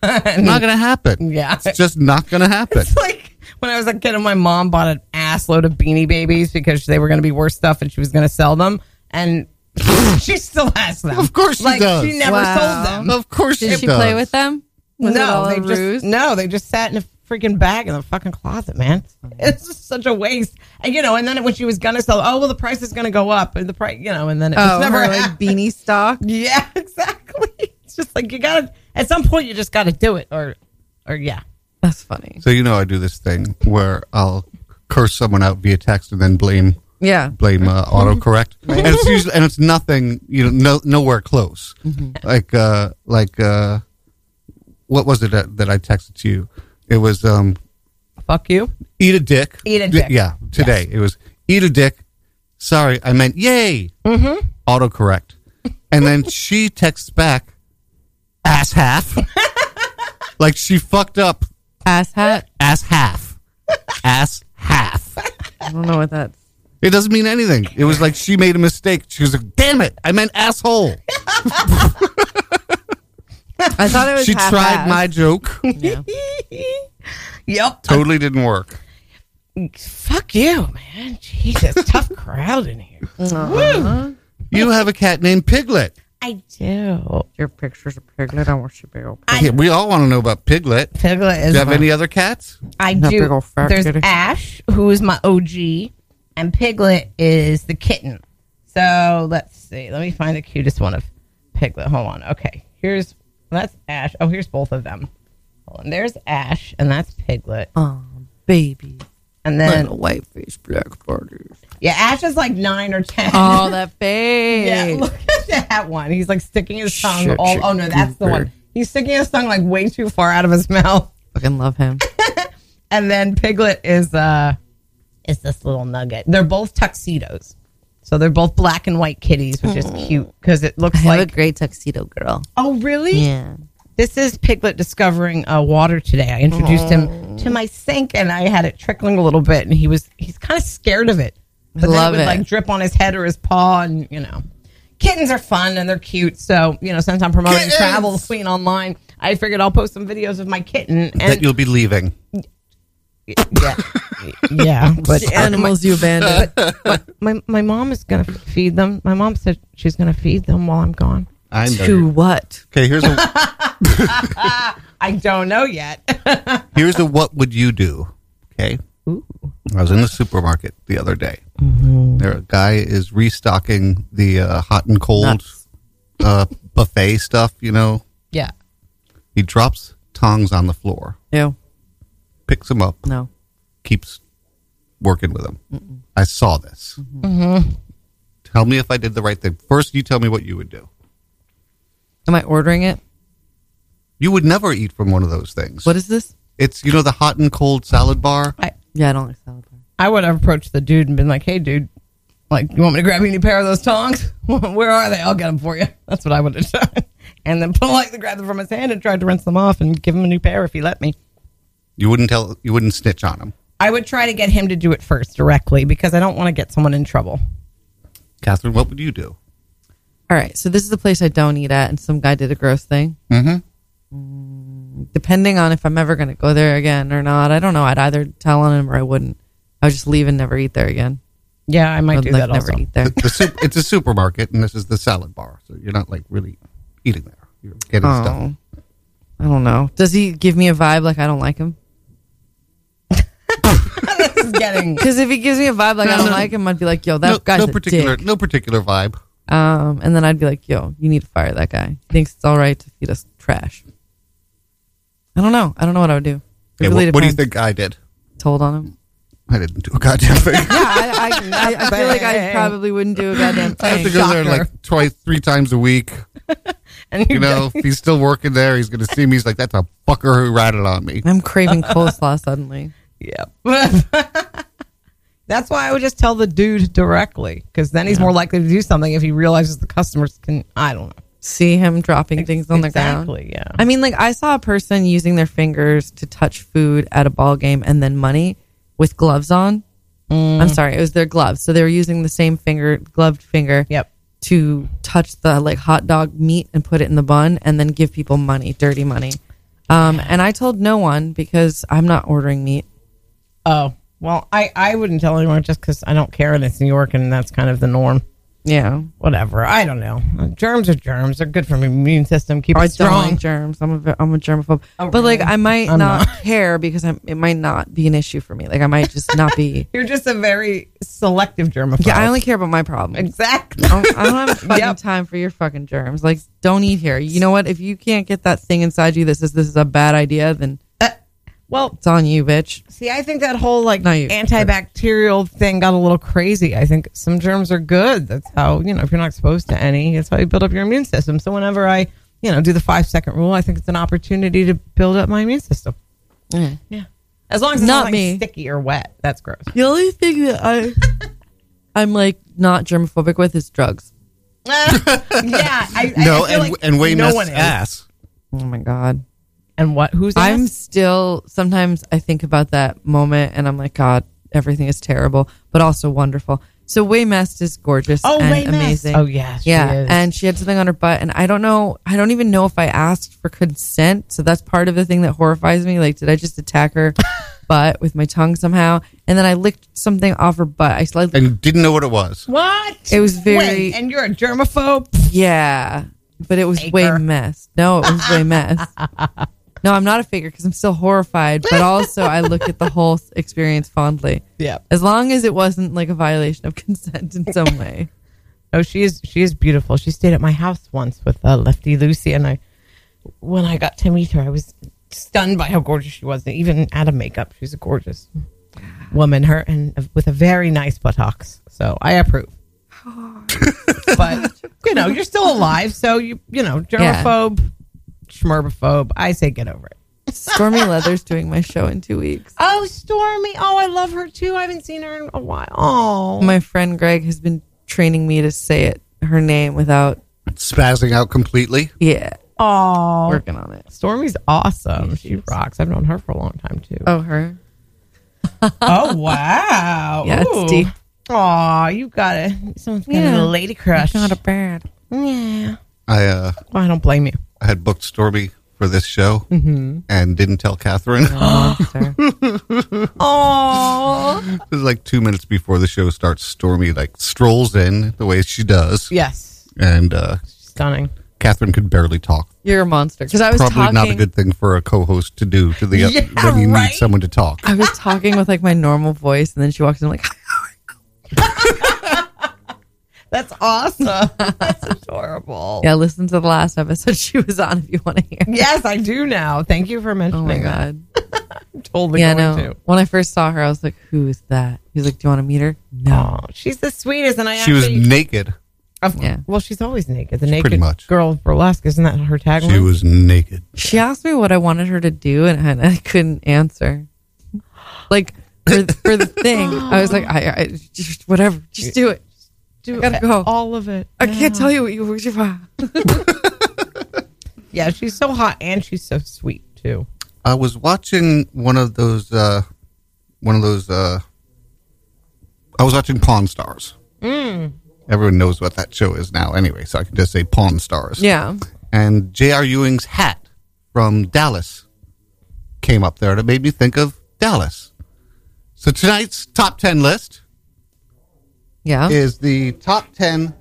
B: not going to happen.
D: Yeah.
B: it's just not going to happen.
D: it's like when I was a kid and my mom bought an ass load of beanie babies because they were going to be worth stuff and she was going to sell them. And she still has them.
B: Of course she
D: like,
B: does.
D: She never
C: Wow.
D: sold them.
B: Of course,
C: Did
B: it
C: she
B: does.
C: play with them? Was it all
D: they
C: a ruse?
D: just no, they just sat in a freaking bag in the fucking closet, man.
B: Mm-hmm.
D: It's just such a waste. And you know, and then when she was gonna sell, oh well, the price is gonna go up, and the price, you know, and then it was
C: oh,
D: never.
C: her, like beanie stock.
D: yeah, exactly. It's just like you gotta at some point you just gotta do it, or, or yeah,
C: That's funny.
B: So you know, I do this thing where I'll curse someone out via text and then blame
C: Yeah.
B: blame uh, autocorrect, and it's usually and it's nothing, you know, no, nowhere close.
D: Mm-hmm.
B: Like uh, like uh, what was it that, that I texted to you? It was um,
D: fuck you.
B: eat a dick.
D: Eat a
B: D-
D: dick.
B: Yeah, today it was eat a dick. Sorry, I meant yay. Mm-hmm. Autocorrect, and then she texts back, ass half. like she fucked up
C: Ass hat.
B: ass half. ass half.
C: I don't know what that's.
B: It doesn't mean anything. It was like she made a mistake. She was like, damn it, I meant asshole.
C: I thought it was.
B: She tried
C: half-assed.
B: my joke.
D: Yep.
B: totally didn't work.
D: Fuck you, man. Jesus, tough crowd in here.
B: You have a cat named Piglet.
D: I do. Your pictures of Piglet. I want you to be okay.
B: Yeah, we all want to know about Piglet. Do
D: Piglet is
B: you have
D: my-
B: any other cats?
D: I
C: That
D: do.
C: big old fat
D: There's
C: kitty.
D: Ash, who is my OG, and Piglet is the kitten. So let's see. Let me find the cutest one of Piglet. Hold on. Okay. Here's that's Ash. Oh, here's both of them. Hold on. There's Ash, and that's Piglet.
C: Oh, baby.
D: And then
C: Little white face black party.
D: yeah, Ash is like nine or ten.
C: Oh, that face.
D: yeah, look at that one. He's like sticking his tongue.
C: Shit,
D: all,
C: shit,
D: oh no, that's the one.
C: goober.
D: He's sticking his tongue like way too far out of his mouth.
C: Fucking love him.
D: and then Piglet is uh is this little nugget. They're both tuxedos, so they're both black and white kitties, which is cute because it
C: Mm. I
D: looks
C: have a
D: like.
C: great tuxedo girl.
D: oh, really?
C: Yeah.
D: This is Piglet discovering uh, water today. I introduced him
C: Mm.
D: to my sink, and I had it trickling a little bit, and he was he's kind of scared of it. But
C: Love
D: then it would
C: it.
D: like drip on his head or his paw, and you know, kittens are fun and they're cute. So you know, since I'm promoting
B: Kittens!
D: Travel Queen online, I figured I'll post some videos of my kitten.
B: that
D: And
B: you'll be leaving.
D: yeah, yeah, but
C: The animals you abandoned.
D: my my mom is gonna feed them. My mom said she's gonna feed them while I'm gone.
B: I know.
C: to
B: you-
C: what?
B: Okay, here's a
D: I don't know yet.
B: here's a what would you do? Okay. I was in the supermarket the other day. There a guy is restocking the uh, hot and cold
C: Nuts.
B: uh, buffet stuff, you know.
D: yeah.
B: He drops tongs on the floor,
C: Ew.
B: picks them up,
C: No.
B: keeps working with them. I saw this.
C: Mm-hmm.
B: Tell me if I did the right thing. First, you tell me what you would do.
C: Am I ordering it?
B: You would never eat from one of those things.
C: What is this?
B: It's you know the hot and cold salad bar.
C: Yeah, I don't like salad bar.
D: I would have approached the dude and been like, "Hey, dude, like, you want me to grab you any pair of those tongs? Where are they? I'll get them for you." That's what I would have done. And then politely grabbed them from his hand and tried to rinse them off and give him a new pair if he let me.
B: You wouldn't tell. You wouldn't snitch on them.
D: I would try to get him to do it first directly because I don't want to get someone in trouble.
B: Catherine, what would you do?
C: All right, so this is the place I don't eat at, and some guy did a gross thing.
B: Mm-hmm.
C: Depending on if I'm ever going to go there again or not, I don't know. I'd either tell on him or I wouldn't. I would just leave and never eat there again.
D: Yeah, I might
C: I'd
D: do
C: like
D: that
C: never
D: also.
C: eat there.
B: The sup- it's a supermarket, and this is the salad bar, so you're not like really eating there. You're getting stuff.
C: Oh, I don't know. Does he give me a vibe like I don't like him?
D: this is getting
C: Because if he gives me a vibe like I don't
B: no.
C: like him, I'd be like, "Yo, that
B: No,
C: guy's
B: no
C: a
B: particular,
C: dick."
B: no particular vibe.
C: Um, and then I'd be like, "Yo, you need to fire that guy. He thinks it's all right to feed us trash." I don't know. I don't know what I would do. It
B: Okay,
C: really
B: what, what do you
C: depends.
B: think I did?
C: Told on him.
B: I didn't do a goddamn thing.
C: Yeah, I, I, I, I feel like I probably wouldn't do a goddamn
B: I have to
C: thing.
B: go there like twice, three times a week.
D: and
B: You know, if he's still working there, he's going to see me. He's like, "That's a fucker who ratted on me."
C: I'm craving coleslaw suddenly.
D: Yeah. That's why I would just tell the dude directly because then he's more likely to do something if he realizes the customers can. I don't know.
C: See him dropping things on the ground.
D: exactly, yeah.
C: I mean, like I saw a person using their fingers to touch food at a ball game and then money with gloves on.
D: Mm.
C: I'm sorry, it was their gloves. So they were using the same finger, gloved finger.
D: Yep.
C: To touch the like hot dog meat and put it in the bun and then give people money, dirty money. Um, and I told no one because I'm not ordering meat.
D: Oh well, I I wouldn't tell anyone just because I don't care and it's New York and that's kind of the norm.
C: Yeah.
D: Whatever. I don't know. Uh, Germs are germs. They're good for my immune system. Keep
C: I
D: it strong.
C: don't like germs. I'm a, ve- I'm a germaphobe.
D: Oh,
C: but like,
D: really?
C: I might
D: I'm
C: not,
D: not.
C: care because I'm, it might not be an issue for me. Like, I might just not be.
D: You're just a very selective germaphobe.
C: yeah, I only Oh. care about my problems.
D: exactly.
C: I don't, I don't have fucking
D: Yep.
C: time for your fucking germs. Like, don't eat here. You know what? If you can't get that thing inside you that says this is a bad idea, then
D: Well,
C: it's on you, bitch.
D: see, I think that whole like
C: No, you-
D: antibacterial thing got a little crazy. I think some germs are good. That's how you know if you're not exposed to any, it's how you build up your immune system. So whenever I you know do the five second rule, I think it's an opportunity to build up my immune system.
C: Yeah.
D: Yeah, as long as it's
C: Not
D: not, like,
C: me.
D: sticky or wet. That's gross.
C: The only thing that I, I'm like not germophobic with is drugs.
D: yeah, I, I-
B: No,
D: I feel
B: and
D: like
B: and Wayne
D: no
B: no
D: one is.
B: ass.
C: Oh my God.
D: And what? Who's
C: I'm
D: ass?
C: still sometimes I think about that moment and I'm like, God, everything is terrible, but also wonderful. So Waymest is gorgeous
D: Oh,
C: and
D: Waymest.
C: amazing.
D: Oh, yeah, she
C: yeah.
D: is.
C: And she had something on her butt, and I don't know. I don't even know if I asked for consent. So that's part of the thing that horrifies me. Like, did I just attack her butt with my tongue somehow? And then I licked something off her butt. I slightly,
B: and didn't know what it was.
D: What?
C: It was very-
D: Wait, and you're a germaphobe.
C: yeah. but it was
D: Faker.
C: way messed. No, it was way messed. No, I'm not a faker because I'm still horrified, but also I look at the whole experience fondly.
D: Yeah.
C: As long as it wasn't like a violation of consent in some way.
D: Oh, she is she is beautiful. She stayed at my house once with uh, Lefty Lucy, and I when I got to meet her, I was stunned by how gorgeous she was. And even out of makeup, she's a gorgeous woman. Her and with a very nice buttocks, so I approve. but you know, you're still alive, so you you know,
C: Yeah.
D: germaphobe, schmerbophobe. I say get over it.
C: Stormy Leather's doing my show in two weeks.
D: Oh, Stormy! Oh, I love her too. I haven't seen her in a while. Oh,
C: My friend Greg has been training me to say it, her name without,
B: Spazzing out completely.
C: yeah,
D: oh,
C: working on it.
D: Stormy's awesome. she rocks. I've known her for a long time too.
C: Oh, her.
D: Oh wow!
C: Yeah, it's deep.
D: Aw, you got it. Someone's got
C: Yeah.
D: a lady crush.
C: Not a bad.
D: yeah.
B: I uh,
D: Well, I don't blame you.
B: I had booked Stormy for this show
D: Mm-hmm.
B: and didn't tell Catherine.
D: Oh
B: It was like two minutes before the show starts. Stormy like strolls in the way she does,
D: yes,
B: and uh,
D: stunning.
B: Catherine could barely talk.
C: You're a monster. Because I was
B: Probably
C: talking,
B: not a good thing for a co-host to do to the
D: Yeah,
B: when you
D: right?
B: need someone to talk.
C: I was talking with like my normal voice, and then she walks in like,
D: That's awesome. That's adorable.
C: "Yeah, listen to the last episode she was on if you want to hear."
D: Yes, I do now. Thank you for
C: Oh
D: mentioning
C: my
D: that.
C: god.
D: I'm totally
C: Yeah,
D: going
C: no.
D: to.
C: When I first saw her, I was like, "Who is that?" He's like, "Do you want to meet her?" No.
D: Oh, she's the sweetest, and I
B: She was
D: actually,
B: naked.
D: of-
C: Yeah.
D: Well, she's always naked. The naked
B: pretty much.
D: girl of burlesque isn't that her tagline?
B: She was naked.
C: She asked me what I wanted her to do, and I, I couldn't answer. Like for, for the thing, I was like, "I, I just whatever, just do it."
D: Do
C: I gotta go.
D: All of it.
C: I can't tell you what you what you want.
D: Yeah, she's so hot and she's so sweet too.
B: I was watching one of those. Uh, one of those. Uh, I was watching Pawn Stars. Everyone knows what that show is now, anyway. So I can just say Pawn Stars.
C: Yeah.
B: and J.R. Ewing's hat from Dallas came up there, and it made me think of Dallas. So tonight's top 10 list
C: Yeah.
B: is the top 10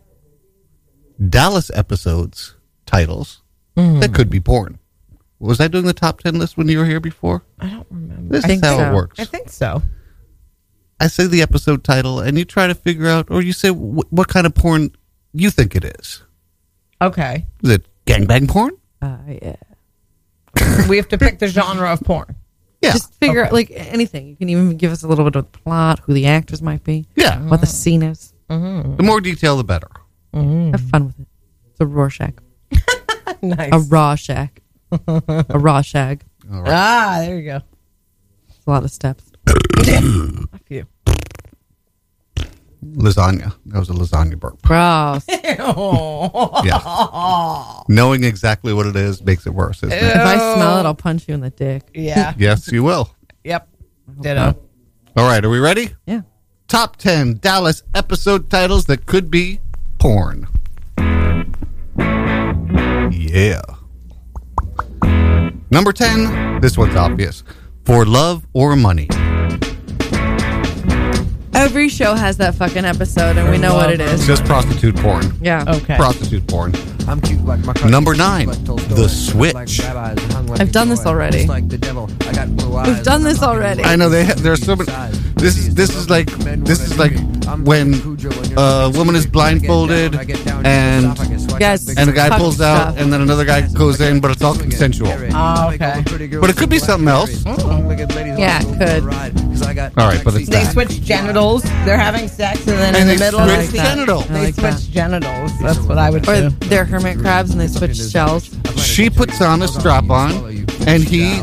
B: Dallas episodes titles that could be porn. Was I doing the top 10 list when you were here before?
D: I don't remember.
B: This
C: I
B: is
C: think
B: how
C: so.
B: it works.
D: I think so.
B: I say the episode title, and you try to figure out, or you say wh- what kind of porn you think it is.
D: Okay.
B: Is it gangbang porn?
C: Uh, yeah.
D: we have to pick the genre of porn.
B: Yeah.
C: Just figure out like anything. You can even give us a little bit of the plot, who the actors might be,
B: yeah.
C: what the scene is.
B: The more detail, the better.
C: Have fun with it. It's a Rorschach.
D: Nice.
C: A raw shack. a raw shag.
D: Ah, there you go.
C: It's a lot of steps.
D: A few.
B: Lasagna. That was a lasagna burp.
C: Gross. if
D: Oh.
B: Yeah. Knowing exactly what it is makes it worse. Isn't it?
C: I smell it, I'll punch you in the dick.
D: Yeah.
B: Yes, you will.
D: yep. Ditto.
B: All right, are we ready?
C: Yeah.
B: Top 10 Dallas episode titles that could be porn. Yeah. Number 10, this one's obvious. For love or money.
C: Every show has that fucking episode, and we know what it
B: It's
C: is.
B: just prostitute porn.
C: Yeah.
D: Okay.
B: Prostitute porn.
E: I'm cute like my
B: Number nine, The Switch.
C: I've done this already. We've done this already.
B: I know they ha- there's so many. This is this is like this is like when a woman is blindfolded and
C: Yes.
B: and a guy
C: Fuck
B: pulls out
C: stuff.
B: and then another guy goes in, but it's all consensual.
D: Oh, okay.
B: But it could be something else.
C: Yeah, it could.
B: All right, but it's
D: They
B: that.
D: switch genitals. They're having sex, and then
B: And
D: in
B: they
D: the middle of the
B: switch
D: scene,
B: genital.
C: I
D: they
C: like
D: switch
C: that.
D: genitals. That's what I would
C: Or
D: do.
C: they're hermit crabs and they switch shells.
B: She puts on a strap on and he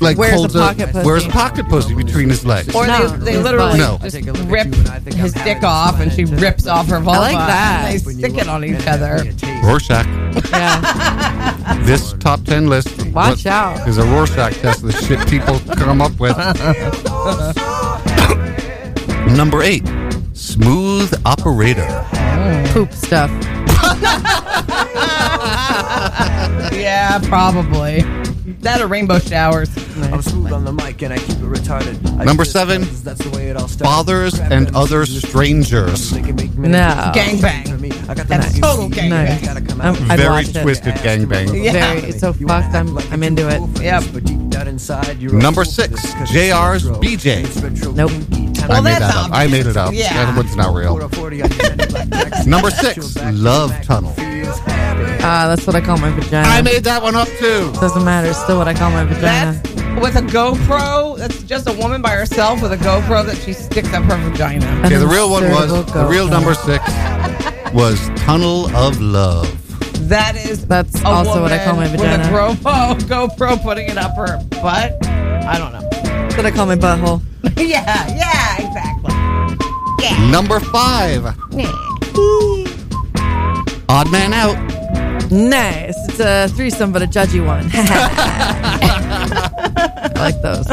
B: like
C: Where's
B: holds
C: the pocket pussy?
B: where's a pocket pussy between his legs.
D: Or
C: No,
D: they, they
C: it's
D: literally
B: No.
D: just rip his dick off, and she rips off her vulva.
C: like that.
D: And they stick it on each other.
B: Rorschach.
C: Yeah.
B: This top ten list.
C: Watch out.
B: Is a Rorschach test of the shit people come up with. Number eight, smooth operator.
C: Poop stuff.
D: Yeah, probably. That or rainbow showers.
E: I'm smooth on the mic and I keep it retarded. I
B: Number
E: do this
B: seven,
E: because That's the way it all started.
B: Fathers
E: Crap
B: and
E: out of
B: other
E: this
B: strangers.
E: They can make
C: No.
D: Gangbang.
E: me. I got the
D: That's
E: nice
D: total
E: CD.
D: gangbang.
E: You gotta come
C: I'm-
E: out.
C: I'd
B: Very
C: watch it.
B: twisted gangbang.
D: Yeah.
C: Very, it's so
E: You wanna
C: fucked.
E: act
C: I'm,
E: like
C: I'm
E: you're
C: into
E: too
C: it.
E: cool for
D: Yep.
E: this, but deep down inside, you're a
B: Number
E: fool for
B: six,
E: this 'cause
B: JR's
E: you're
B: BJ.
E: It's retro
C: Nope.
E: kinky,
B: I
D: Well,
B: made
D: that's
B: that up. I
D: obvious.
B: made it up.
D: Yeah.
B: That one's not
E: Put a
B: real.
E: 40 on your head and black Jackson.
B: Number
E: Back
B: six,
E: to your back,
B: Love
E: back
B: Tunnel.
E: feels happy.
C: Uh, that's what I call my vagina.
B: I made that one up too.
C: Doesn't matter. It's still what I call my vagina.
D: That's with a GoPro. That's just a woman by herself with a GoPro that she sticks up her vagina.
B: Yeah, the real one was
C: Insertable
B: the real number
C: girlfriend.
B: six was Tunnel of Love.
D: That is
C: That's
D: a
C: also what I call
D: woman
C: my vagina.
D: With a GoPro, GoPro putting it up her butt. I don't know.
C: That's what I call my butthole.
D: yeah, yeah, exactly.
B: Number five, Odd Man Out.
C: Nice. It's a threesome, but a judgy one. I like those.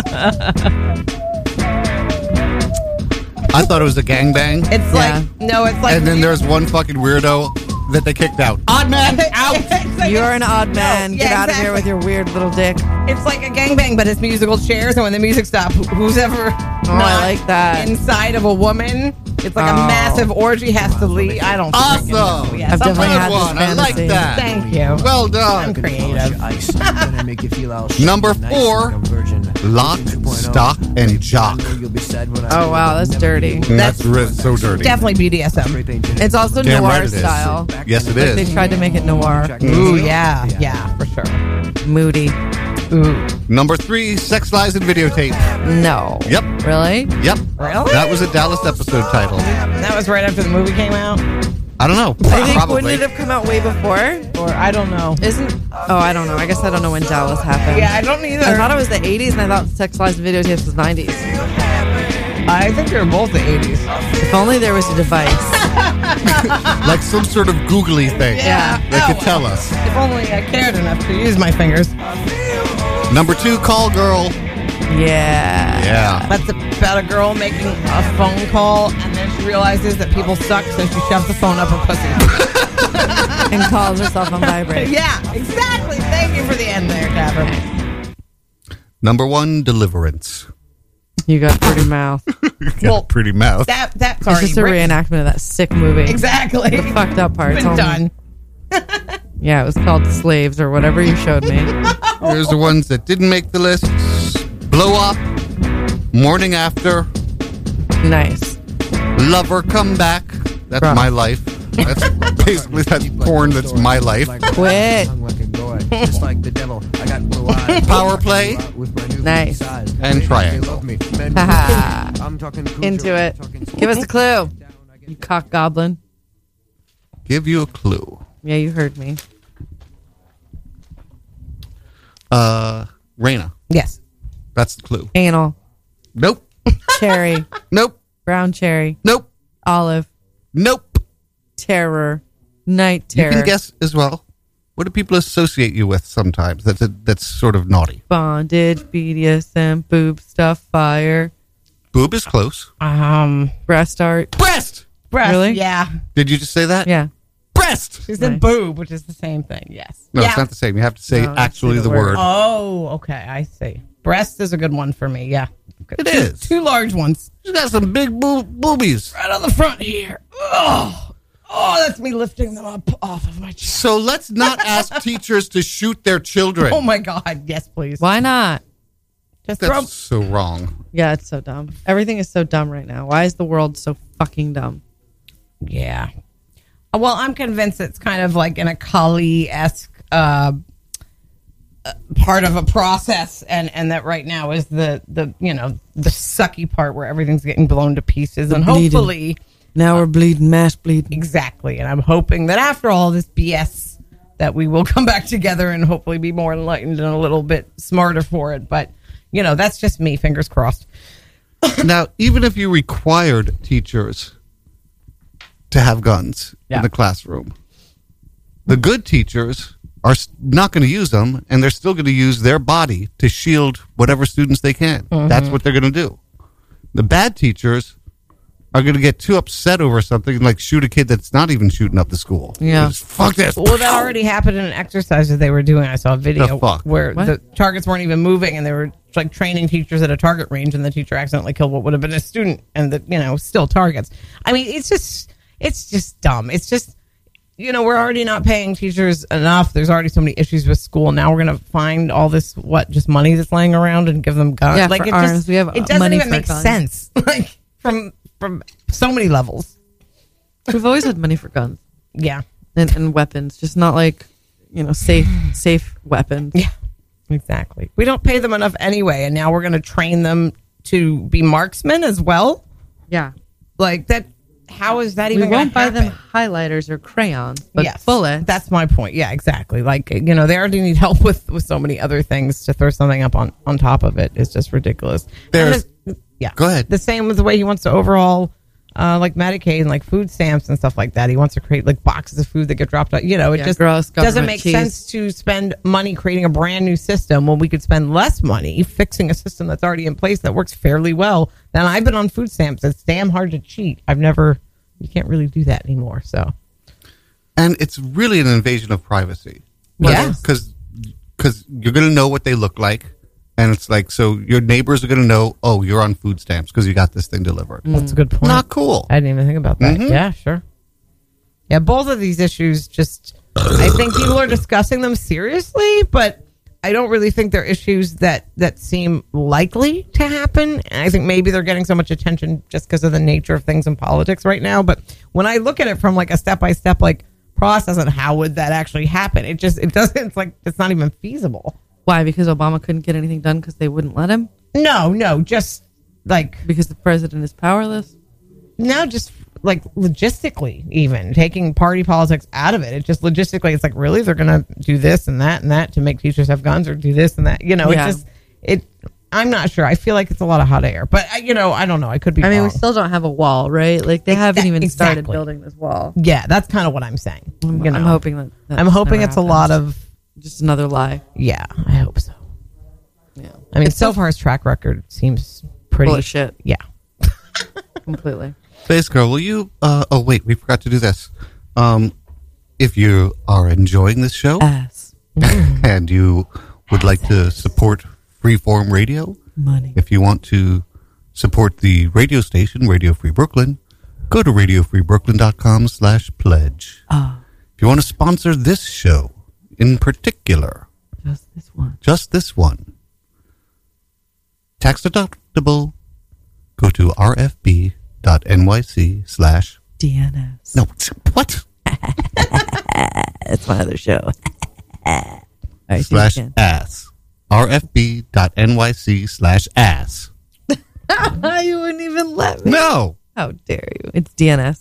B: I thought it was a gangbang,
D: It's
C: Yeah.
D: like no, it's like
B: and then there's one fucking weirdo that they kicked out. Odd Man
D: out.
C: You're an odd man.
D: yeah,
C: Get out of here
D: exactly.
C: with your weird little dick. Oh,
D: It's like a gangbang, but it's musical chairs, and when the music stops, wh- who's ever
C: Oh, I
D: not
C: like that.
D: inside of a woman, it's like a
C: Oh.
D: massive orgy has to leave. I don't. freaking know.
B: Awesome.
D: Yeah,
C: I've
D: something-
C: definitely
B: Good
C: had this
B: one. I like
C: fantasy.
B: that.
D: Thank you.
B: Well
D: I'm
B: done.
D: crazy.
E: Polish your ice. Gonna make you feel all shiny
B: Number
E: and nice
B: four,
E: like a virgin.
B: Lock,
E: 2.0.
B: stock, and jock.
E: I know you'll be sad when I leave.
C: Oh, wow. That's
E: Never
C: dirty.
B: That's re- so dirty.
D: Definitely BDSM.
E: Straight paint in it.
C: It's also
B: Damn
C: noir
B: right it is.
C: style.
B: Yes, it
C: They
B: is.
C: tried to make it noir.
E: Check it
D: Ooh,
E: out.
D: yeah, yeah, for sure.
C: Moody.
D: Ooh,
B: Number three, Sex Lies and Videotape.
C: No.
B: Yep.
C: Really?
B: Yep.
D: Really?
B: That was a Dallas episode title.
D: that was right after the movie came out,
B: I don't know.
C: I think
B: Probably.
C: wouldn't it have come out way before?
D: or I don't know.
C: Isn't? Oh, I don't know. I guess I don't know when Dallas happened.
D: Yeah, I don't either.
C: I thought it was the 80s, and I thought Sex Lies and Videotapes was 90s.
D: I think they're both the 80s.
C: If only there was a device.
B: like some sort of googly thing.
D: Yeah.
B: They
D: Oh,
B: could
D: well.
B: tell us.
D: If only I cared enough to use my fingers.
B: Number two, Call Girl.
C: yeah.
B: Yeah.
D: That's about a girl making a phone call, and then she realizes that people suck, so she shoves the phone up her pussy.
C: And calls herself on vibrate.
D: yeah, exactly. Thank you for the end there, Capper.
B: Number one, Deliverance.
C: You got pretty mouth. It's
B: Got
D: Well,
B: a pretty mouth.
D: That that's already
C: just a
D: written.
C: reenactment of that sick movie.
D: Exactly.
C: The fucked up part. It's
D: Been
C: all-
D: done.
C: Yeah, it was called Slaves or whatever you showed me.
B: Here's the ones that didn't make the list Blow Up, Morning After,
C: nice.
B: Lover Come Back. That's
C: Bruh.
B: my life. That's basically that's porn that's my life.
C: Quit.
E: Tongue like a gourd, Just like the devil. I got blue eyes.
B: Power play.
E: With my new
C: Nice.
E: size.
B: And
E: They-
B: triangle.
E: they love me. Men-
C: Haha.
E: I'm talking Cujo,
C: Into
E: I'm
C: it.
E: talking
C: Give us a clue. You cock goblin.
B: Give you a clue.
C: Yeah, you heard me.
B: Uh, Raina.
D: Yes.
B: That's the clue.
C: Anal.
B: Nope.
C: Cherry.
B: Nope.
C: Brown cherry.
B: Nope.
C: Olive.
B: Nope.
C: Terror. Night terror.
B: You can guess as well. What do people associate you with sometimes? That's that's sort of naughty.
C: Bondage, BDSM, boob stuff, fire,
B: Boob is close.
D: Um.
C: breast art.
B: Breast.
D: Breast.
C: Really?
D: Yeah.
B: Did you just say that?
C: Yeah.
B: Breast.
D: She said
C: Nice.
D: boob, which is the same thing. Yes.
B: No,
D: yeah.
B: it's not the same. You have to say
C: No, let's
B: actually
C: say
B: the
C: the
B: word.
C: word.
D: oh, okay. I see. Breast is a good one for me. Yeah.
B: It is.
D: Two large ones.
B: She's got some big boo- boobies.
D: Right on the front here. Oh. Oh, that's me lifting them up off of my chest.
B: So let's not ask teachers to shoot their children.
D: Oh my God! Yes, please.
C: Why not?
D: Just
B: That's
D: throw
B: so wrong.
C: Yeah, it's so dumb. Everything is so dumb right now. Why is the world so fucking dumb?
D: Yeah. Uh, Well, I'm convinced it's kind of like an Akali esque uh, uh, part of a process, and and that right now is the the you know the sucky part where everything's getting blown to pieces, and
C: bleeding.
D: hopefully
C: Now we're bleeding, mass bleeding.
D: exactly, and I'm hoping that after all this BS, that we will come back together and hopefully be more enlightened and a little bit smarter for it. But you know, that's just me. Fingers crossed.
B: now, even if you required teachers to have guns
D: Yeah.
B: in the classroom, the good teachers are s- not going to use them, and they're still going to use their body to shield whatever students they can.
D: Mm-hmm.
B: That's what they're going to do. The bad teachers are going to get too upset over something and like shoot a kid that's not even shooting up the school.
C: Yeah.
B: Just, fuck this.
D: Well, that already happened in an exercise that they were doing. I saw a video
B: The fuck?
D: where
C: What?
D: the targets weren't even moving, and they were like training teachers at a target range, and the teacher accidentally killed what would have been a student, and the you know still targets. I mean, it's just it's just dumb. It's just you know, we're already not paying teachers enough. There's already so many issues with school. Now we're going to find all this what just money that's laying around and give them guns.
C: Yeah,
D: like
C: for
D: it
C: arms.
D: just
C: We have, uh,
D: it doesn't
C: money
D: even
C: for
D: make
C: guns.
D: sense. Like from from so many levels.
C: We've always had money for guns
D: Yeah.
C: and, and weapons, just not like you know safe safe weapons.
D: Yeah, exactly. We don't pay them enough anyway, and now we're going to train them to be marksmen as well.
C: Yeah,
D: Like that. How is that
C: we
D: even?
C: won't buy
D: gonna
C: them
D: happen?
C: highlighters or crayons, but
D: Yes,
C: bullets.
D: That's my point. Yeah, exactly. Like you know, they already need help with with so many other things. To throw something up on on top of it is just ridiculous. And
B: There's-
D: the- yeah.
B: Go ahead.
D: The same with the way he wants to overhaul. Uh, like Medicaid and like food stamps and stuff like that. He wants to create like boxes of food that get dropped out. You know, it
C: Yeah,
D: just
C: gross
D: doesn't
C: government
D: make
C: cheese.
D: sense to spend money creating a brand new system when we could spend less money fixing a system that's already in place that works fairly well. Then I've been on food stamps. It's damn hard to cheat. I've never, you can't really do that anymore. So
B: and it's really an invasion of privacy.
D: Yeah.
B: because because you're gonna know what they look like, and it's like so your neighbors are gonna know. Oh, you're on food stamps because you got this thing delivered.
D: that's a good point.
B: Not cool.
D: Mm. I didn't even think about that.
B: Mhm.
D: Yeah, sure. Yeah, both of these issues just I think people are discussing them seriously, but I don't really think they're issues that that seem likely to happen. And I think maybe they're getting so much attention just because of the nature of things in politics right now, but when I look at it from like a step-by-step like process and how would that actually happen? It just it doesn't it's like it's not even feasible.
C: Why? Because Obama couldn't get anything done because they wouldn't let him.
D: No, no, just like
C: Because the president is powerless.
D: No, just like logistically, even taking party politics out of it. It just logistically, it's like really they're gonna do this and that and that to make teachers have guns or do this and that. You know,
C: Yeah.
D: it just it. I'm not sure. I feel like it's a lot of hot air, but I, you know, I don't know. I could be.
C: I mean,
D: wrong.
C: we still don't have a wall, right? Like they haven't even started
D: exactly.
C: building this wall.
D: yeah, that's kind of what I'm saying. You know,
C: I'm hoping that. that
D: I'm hoping
C: never
D: it's a lot
C: happens.
D: of
C: just another lie.
D: yeah. I hope so.
C: Yeah,
D: I mean,
C: It's
D: so
C: just
D: far his track record seems pretty.
C: full of shit
D: Yeah.
C: completely.
B: Space Girl, will you? Uh, oh, wait, we forgot to do this. Um, if you are enjoying this show
C: Uh, Ass
B: and you would like to support Freeform Radio,
C: money.
B: if you want to support the radio station, Radio Free Brooklyn, go to radiofreebrooklyn.com slash pledge. If you want to sponsor this show in particular,
C: Just this one.
B: just this one, tax deductible, go to rfb.nyc slash
C: DNS.
B: no, what?
C: That's my other show. I see
B: slash
C: you
B: ass. rfb.nyc slash ass.
C: again. you wouldn't even let me.
B: No!
C: How dare you? It's DNS.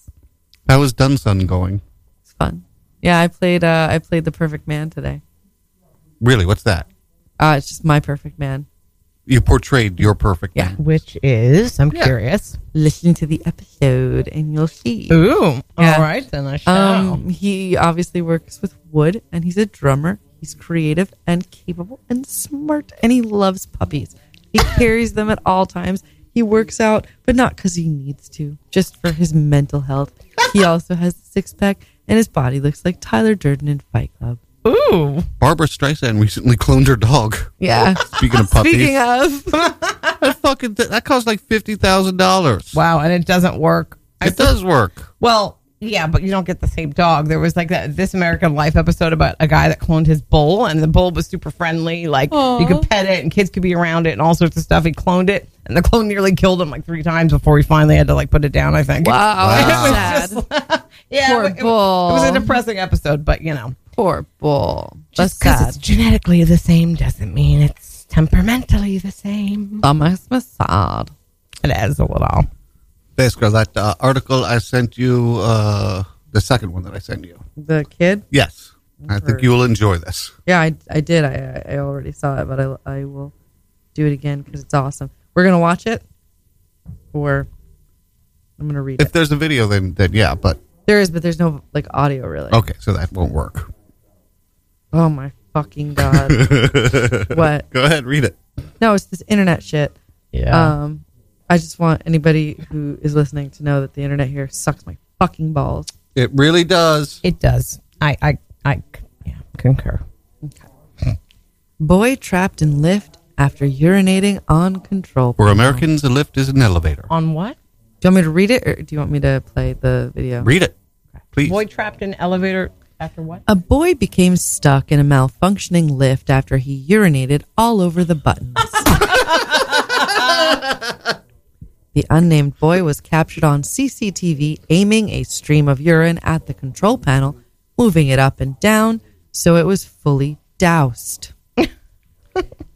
B: How is Dunsun going?
C: It's fun. Yeah, I played. Uh, I played the perfect man today.
B: Really, what's that?
C: Uh, it's just my perfect man.
B: You portrayed your perfect
C: Yeah.
B: man.
D: Which is, I'm curious.
C: Listen to the episode and you'll see.
D: Ooh,
C: Yeah.
D: all right then. I shall.
C: Um, he obviously works with wood, and he's a drummer. He's creative and capable and smart, and he loves puppies. He carries them at all times. He works out, but not because he needs to, just for his mental health. He also has a six pack, and his body looks like Tyler Durden in Fight Club.
D: Ooh,
B: Barbara Streisand recently cloned her dog.
C: Yeah.
B: Speaking of puppies,
C: Speaking of,
B: that fucking that cost like fifty thousand dollars.
D: wow, and it doesn't work. I
B: It does work.
D: Well, yeah, but you don't get the same dog. There was like that This American Life episode about a guy that cloned his bull, and the bull was super friendly. Like you could pet it, and kids could be around it, and all sorts of stuff. He cloned it, and the clone nearly killed him like three times before he finally had to like put it down. I think.
C: wow,
D: It was
C: that's sad.
D: Yeah,
C: Poor
D: it, was- it
C: bull.
D: was a depressing episode, but you know,
C: Poor bull. That's
D: just because
C: sad.
D: it's genetically the same doesn't mean it's temperamentally the same.
C: That makes me sad.
D: It is a little.
B: Basically, that uh, article I sent you, uh, the second one that I sent you.
C: The kid.
B: Yes, I think you will enjoy this.
C: Yeah, I, I did. I, I already saw it, but I, I will do it again because it's awesome. We're going to watch it, or I'm going to read
B: If
C: it.
B: there's a video, then then yeah. But
C: There is, but there's no like audio really.
B: okay, so that won't work.
C: Oh my fucking god! what?
B: Go ahead, read it.
C: No, it's this internet shit.
D: Yeah.
C: Um, I just want anybody who is listening to know that the internet here sucks my fucking balls.
B: It really does.
D: it does. I, I, I, yeah, concur.
C: Boy trapped in lift after urinating on control.
B: For
C: panel.
B: Americans, a lift is an elevator.
D: On what?
C: Do you want me to read it, or do you want me to play the video?
B: Read it. Please.
D: Boy trapped in elevator after what?
C: A boy became stuck in a malfunctioning lift after he urinated all over the buttons. the unnamed boy was captured on CCTV aiming a stream of urine at the control panel, moving it up and down so it was fully doused.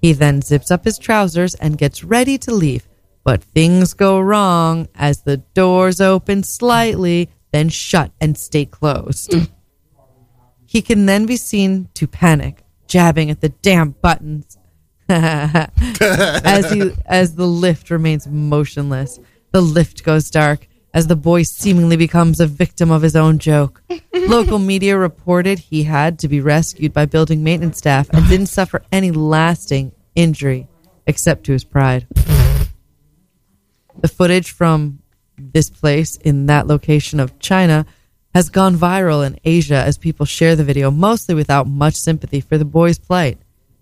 C: he then zips up his trousers and gets ready to leave, but things go wrong as the doors open slightly, then shut and stay closed. He can then be seen to panic, jabbing at the damn buttons as he as the lift remains motionless. The lift goes dark as the boy seemingly becomes a victim of his own joke. Local media reported he had to be rescued by building maintenance staff and didn't suffer any lasting injury except to his pride. The footage from this place in that location of China has gone viral in Asia as people share the video, mostly without much sympathy for the boy's plight.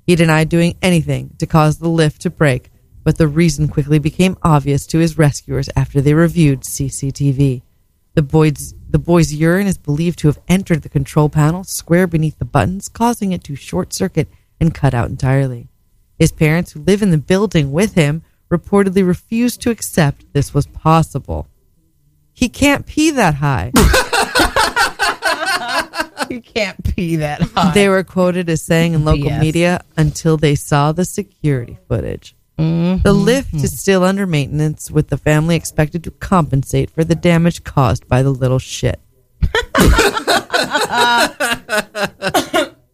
C: He denied doing anything to cause the lift to break, but the reason quickly became obvious to his rescuers after they reviewed CCTV. The boy's, the boy's urine is believed to have entered the control panel square beneath the buttons, causing it to short circuit and cut out entirely. His parents, who live in the building with him, reportedly refused to accept this was possible. He can't pee that high.
D: You can't pee that high.
C: they were quoted as saying in local
D: BS.
C: media until they saw the security footage.
D: Mm-hmm.
C: The lift is still under maintenance, with the family expected to compensate for the damage caused by the little shit.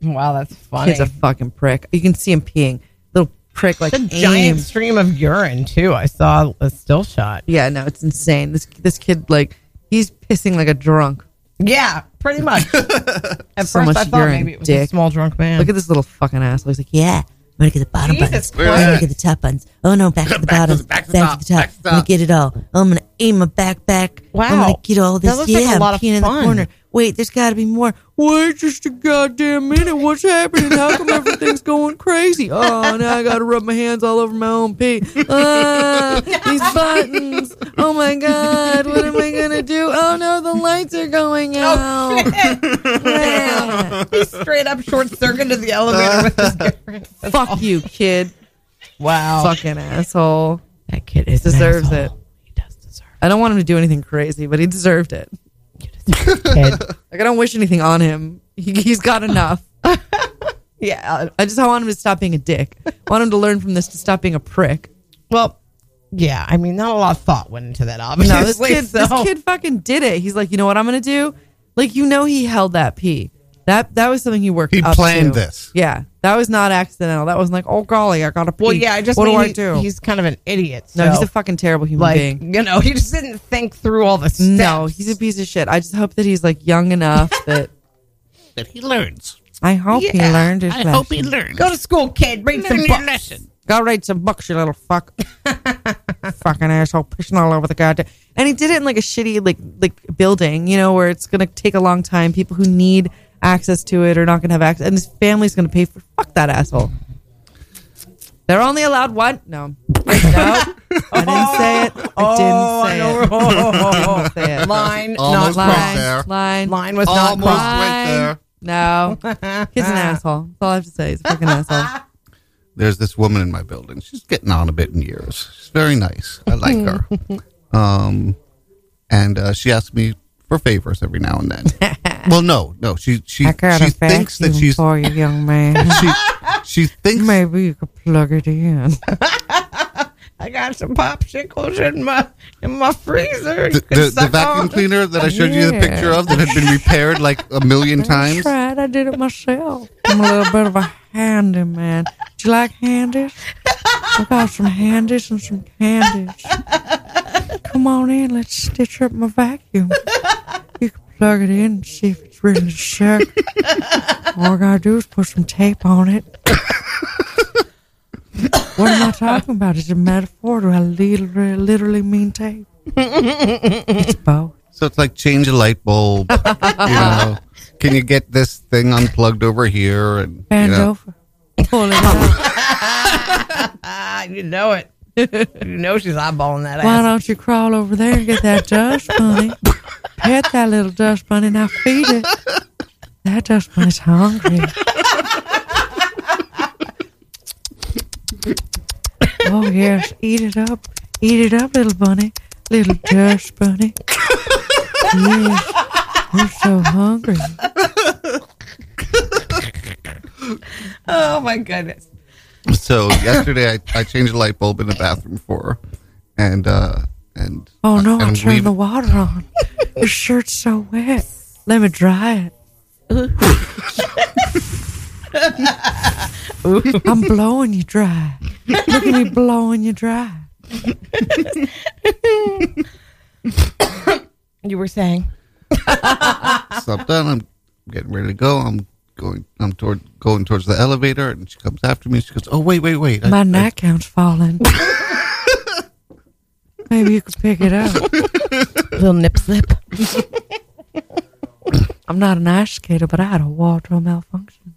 D: wow, that's funny.
C: He's a fucking prick. You can see him peeing. Little prick, like
D: It's a
C: aim.
D: giant stream of urine too. I saw a still shot.
C: Yeah, no, it's insane. This this kid, like, he's pissing like a drunk.
D: Yeah, pretty much. At
C: So
D: first,
C: much
D: I thought
C: urine,
D: maybe it was a
C: dick.
D: small drunk man.
C: Look at this little fucking asshole. He's like, yeah, I'm gonna get the bottom
D: Jesus
C: buttons.
D: Christ.
C: I'm gonna get the top buttons. Oh no, back to
B: Back
C: the
B: to
C: bottom.
B: the- back to the top,
C: to the top.
B: back to the
C: I'm gonna
B: top.
C: get it all. I'm gonna aim my back back. I'm
D: Wow.
C: gonna get all
D: That
C: this.
D: looks
C: yeah,
D: like a lot
C: I'm
D: of
C: peeing in
D: fun.
C: the corner. Wait, there's got to be more. Wait just a goddamn minute. What's happening? How come everything's going crazy? Oh, now I got to rub my hands all over my own pee. Ah, these buttons. Oh my god, what am I gonna do? Oh no, the lights are going
D: Oh,
C: out. Yeah.
D: He straight up short circuited the elevator with his urine. That's
C: Fuck you, kid.
D: Wow.
C: Fucking asshole.
D: That kid is an
C: Deserves
D: asshole.
C: it.
D: He does deserve
C: I don't want him to do anything crazy, but he deserved it.
D: it. Kid.
C: Like, I don't wish anything on him. He, he's got enough.
D: yeah. uh,
C: I just want him to stop being a dick. I want him to learn from this to stop being a prick.
D: Well, yeah. I mean, not a lot of thought went into that, obviously.
C: No, this kid,
D: so.
C: this kid fucking did it. He's like, you know what I'm gonna do? Like, you know, he held that pee. That that was something he worked.
B: He
C: up
B: planned
C: to.
B: this.
C: Yeah, that was not accidental. That was like, oh golly, I got to pee.
D: Well, yeah. I just
C: what
D: mean,
C: do I
D: he-
C: do?
D: He's kind of an idiot. So.
C: no, he's a fucking terrible human
D: like
C: being.
D: you know, he just didn't think through all the steps.
C: No, he's a piece of shit. I just hope that he's like young enough that
B: That he learns.
C: I hope he
D: Yeah,
C: learned his lesson.
B: learns.
D: Go to school, kid. Read some books.
C: Go read some books, you little fuck. Fucking asshole, pissing all over the goddamn. And he did it in like a shitty like like building, you know, where it's gonna take a long time. People who need access to it are not gonna have access, and his family's gonna pay for. Fuck that asshole. They're only allowed one. No, no, I didn't say it.
D: Oh,
C: I
D: I know.
C: didn't say it.
D: Oh, oh, oh,
C: Say it.
D: Line,
B: Almost
D: not
B: wrong
D: line.
B: there.
C: Line, line,
D: Line was not
B: Almost
D: crossed.
B: went there.
C: No, he's an asshole. That's all I have to say. He's a fucking asshole.
B: There's this woman in my building. She's getting on a bit in years. She's very nice. I like her. Um, and uh, she asks me for favors every now and then. well, no, no. She she
C: I got
B: she
C: a
B: thinks that
C: vacuum
B: she's
C: for you, young man.
B: she she thinks
C: Maybe you could plug it in.
D: I got some popsicles in my in my freezer. You
B: the,
D: can
B: the, the
D: suck
B: vacuum
D: on-
B: cleaner that I showed you the
C: Yeah.
B: picture of that had been repaired like a million
C: I
B: times.
C: tried. I did it myself. I'm a little bit of a handyman. Do you like handies? I got some handies and some candies. Come on in. Let's stitch up my vacuum. You can plug it in and see if it's really shook. All I gotta do is put some tape on it. what am I talking about? Is it metaphor? Do I literally, literally mean tape? it's both.
B: So it's like change a light bulb. you know, can you get this thing unplugged over here? And you
C: Bend
B: know,
C: over. Pull it out.
D: Ah, you know it. you know she's eyeballing that
C: Why
D: ass.
C: don't you crawl over there and get that dust, honey? Pet that little dust bunny, now feed it. That dust bunny's hungry. oh yes, eat it up, eat it up, little bunny, little dust bunny. Yes, we're so hungry.
D: Oh my goodness.
B: So yesterday, I, I changed a light bulb in the bathroom for her, and uh, and
C: Oh no, I
B: and
C: turned
B: leave-
C: the water on. Your shirt's so wet. Let me dry it. I'm blowing you dry. Look at me blowing you dry.
D: You were saying.
B: So I'm done. I'm getting ready to go. I'm going. I'm toward going towards the elevator, and she comes after me. She goes, "Oh wait, wait, wait! I,
C: My nightgown's falling. Maybe you could pick it up.
D: Little nip slip.
C: I'm not an ice skater, but I had a wardrobe malfunction.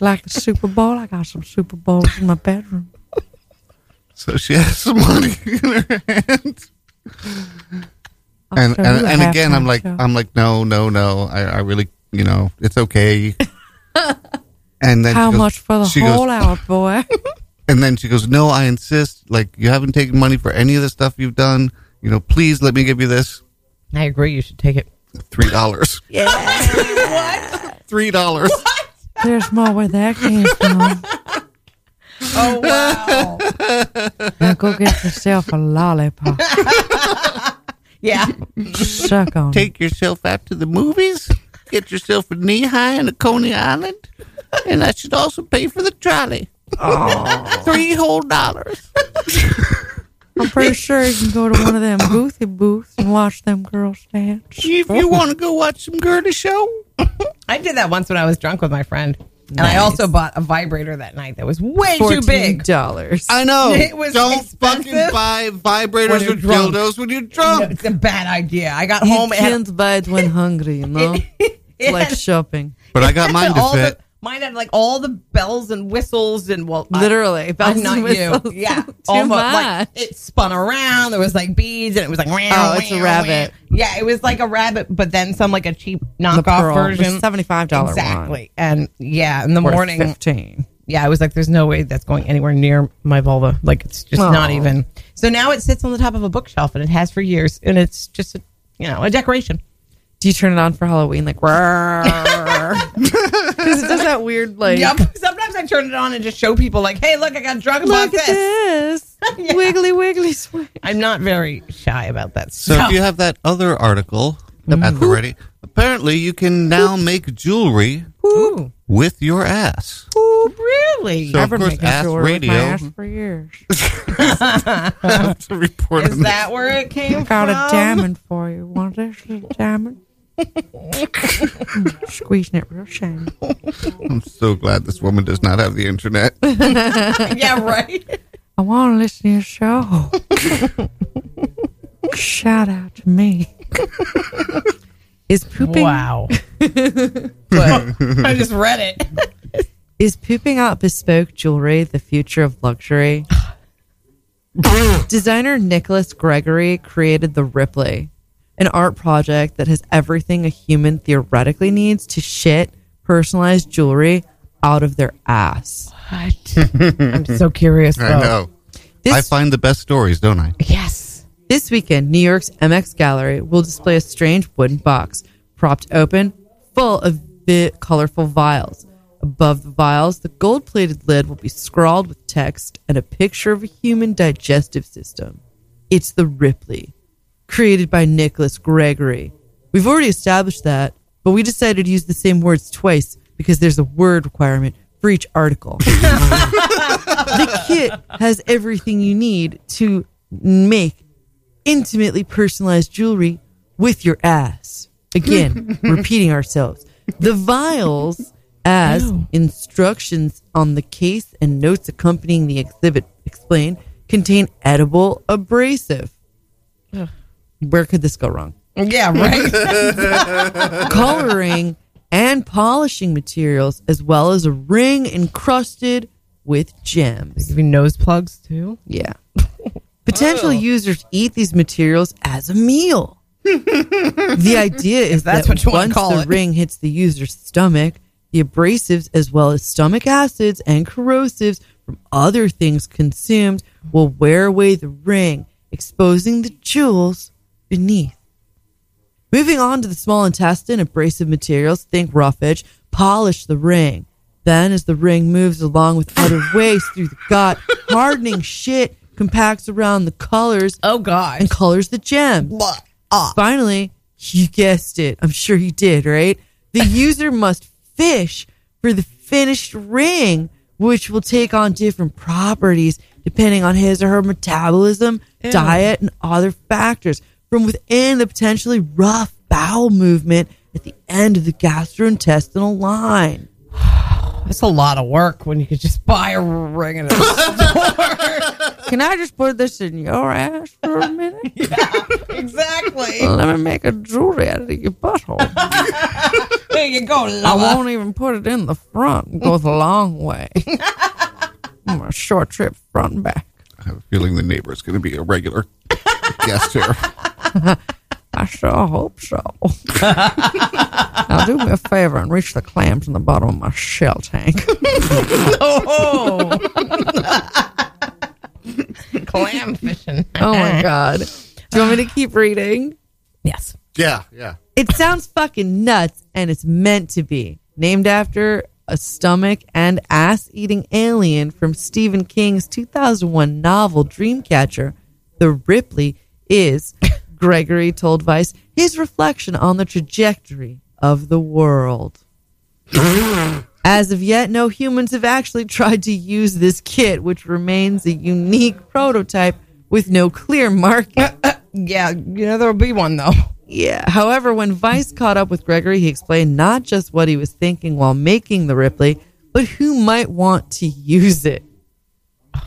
C: like the Super Bowl, I got some Super Bowls in my bedroom.
B: So she has some money in her hand.
C: I'll
B: And
C: show
B: and,
C: you a
B: and again, I'm
C: halftime
B: like,
C: show.
B: I'm like, no, no, no. I, I really, you know, it's okay. And then
C: How
B: she goes-
C: much for the
B: she
C: whole
B: Goes,
C: hour, boy?
B: and then she goes, no, I insist. Like you haven't taken money for any of the stuff you've done. You know, please let me give you this
D: I agree. You should take it.
B: three dollars. Yeah. what? Three dollars.
C: There's more where that came from.
D: Oh wow.
C: Now go get yourself a lollipop.
D: yeah.
C: Suck on it.
B: Take yourself out to the movies. Get yourself a knee high and a Coney Island. And I should also pay for the trolley. Three whole dollars.
C: I'm pretty sure you can go to one of them goofy booths and watch them girls dance.
B: If you want to go watch some Gertie show,
D: I did that once when I was drunk with my friend. And I
C: Nice.
D: also bought a vibrator that night that was way too big.
C: dollars.
B: I know.
D: It was
B: Don't
D: expensive
B: fucking buy
D: when
B: vibrators
D: you're
B: or
D: drunk.
B: dildos when you're
D: No,
B: drunk.
D: it's a bad idea. I got
C: You
D: home and
C: can't buy it when hungry, you know? It's like shopping.
B: But I got mine to
D: all
B: fit.
D: the, mine had like all the bells and whistles and well, I-
C: Literally, bells
D: I'm not
C: and whistles.
D: you. Yeah,
C: Too
D: Almost, like
C: much.
D: it spun around. There was like beads and it was like
C: Oh, it's a rabbit.
D: Yeah, it was like a rabbit, but then some like a cheap
C: The
D: knockoff
C: pearl,
D: version.
C: the seventy-five dollar
D: exactly. And yeah, in the
C: one. worth
D: morning,
C: fifteen.
D: yeah, I was like, there's no way that's going anywhere near my vulva. Like, it's just
C: Aw.
D: not even. So now it sits on the top of a bookshelf and it has for years. And it's just, a, you know, a decoration.
C: Do you turn it on for Halloween? Like, because it does that weird like.
D: Yep. Sometimes I turn it on and just show people, like, hey, look, I got drunk
C: Look
D: about this.
C: at this
D: Yeah.
C: wiggly wiggly swing.
D: I'm not very shy about that
B: So
D: stuff.
B: if you have that other article
D: Mm-hmm.
B: at the ready, apparently you can now make jewelry
D: Ooh.
B: with your ass.
D: Ooh, really?
B: So- Of
C: I've been
B: course,
C: making
B: ass
C: jewelry with
B: radio.
C: my ass for years.
B: I have to report
D: Is
B: on that.
D: that where it came
C: Got
D: from?
C: a diamond for you. Want this little diamond? Mm, Squeezing it real shiny.
B: I'm so glad this woman does not have the internet.
D: yeah, right.
C: I want to listen to your show. Shout out to me. Is pooping
D: Wow. but I just read it.
C: is pooping out bespoke jewelry the future of luxury? Designer Nicholas Gregory created the Ripley, an art project that has everything a human theoretically needs to shit personalized jewelry out of their ass.
D: I'm so curious.
B: I
D: though.
B: know.
C: This
B: I find the best stories, don't I?
D: Yes.
C: This weekend, New York's MX Gallery will display a strange wooden box propped open, full of vi- colorful vials. Above the vials, the gold plated lid will be scrawled with text and a picture of a human digestive system. It's the Ripley, created by Nicholas Gregory. We've already established that, but we decided to use the same words twice because there's a word requirement for each article the kit has everything you need to make intimately personalized jewelry with your ass. Again, repeating ourselves. The vials as instructions on the case and notes accompanying the exhibit explain contain edible abrasive. Where could this go wrong?
D: Yeah, right.
C: coloring and polishing materials as well as a ring encrusted with gems.
D: Give you nose plugs too.
C: Yeah. Potential
D: Oh.
C: users eat these materials as a meal. the idea is
D: that's
C: that
D: what you wanna
C: once
D: call
C: the
D: it.
C: ring hits the user's stomach, the abrasives as well as stomach acids and corrosives from other things consumed will wear away the ring, exposing the jewels beneath. Moving on to the small intestine, abrasive materials, think roughage, polish the ring. Then, as the ring moves along with other waste through the gut, hardening shit compacts around the colors
D: Oh God.
C: and colors the gem.
D: Blah. Ah.
C: Finally, you guessed it. I'm sure you did, right? The user must fish for the finished ring, which will take on different properties depending on his or her metabolism, diet, and other factors from within the potentially rough bowel movement at the end of the gastrointestinal line.
D: That's a lot of work when you could just buy a ring and a
C: Can I just put this in your ass for a minute?
D: Exactly.
C: Let me make a jewelry out of your butthole.
D: There you go,
C: I
D: Lola.
C: won't even put it in the front. It Goes a long way. I'm a short trip front and back.
B: I have a feeling the neighbor's going to be a regular guest here.
C: I sure hope so. now do me a favor and reach the clams in the bottom of my shell tank.
D: Oh. Clam fishing.
C: Oh my god. Do you want me to keep reading?
D: Yes.
B: Yeah, yeah.
C: It sounds fucking nuts and it's meant to be. Named after a stomach and ass eating alien from Stephen King's 2001 novel Dreamcatcher, the Ripley is, Gregory told Vice, his reflection on the trajectory of the world. As of yet, no humans have actually tried to use this kit, which remains a unique prototype with no clear market.
D: Yeah, you know there'll be one though.
C: Yeah. However, when Vice caught up with Gregory, he explained not just what he was thinking while making the Ripley, but who might want to use it.
B: All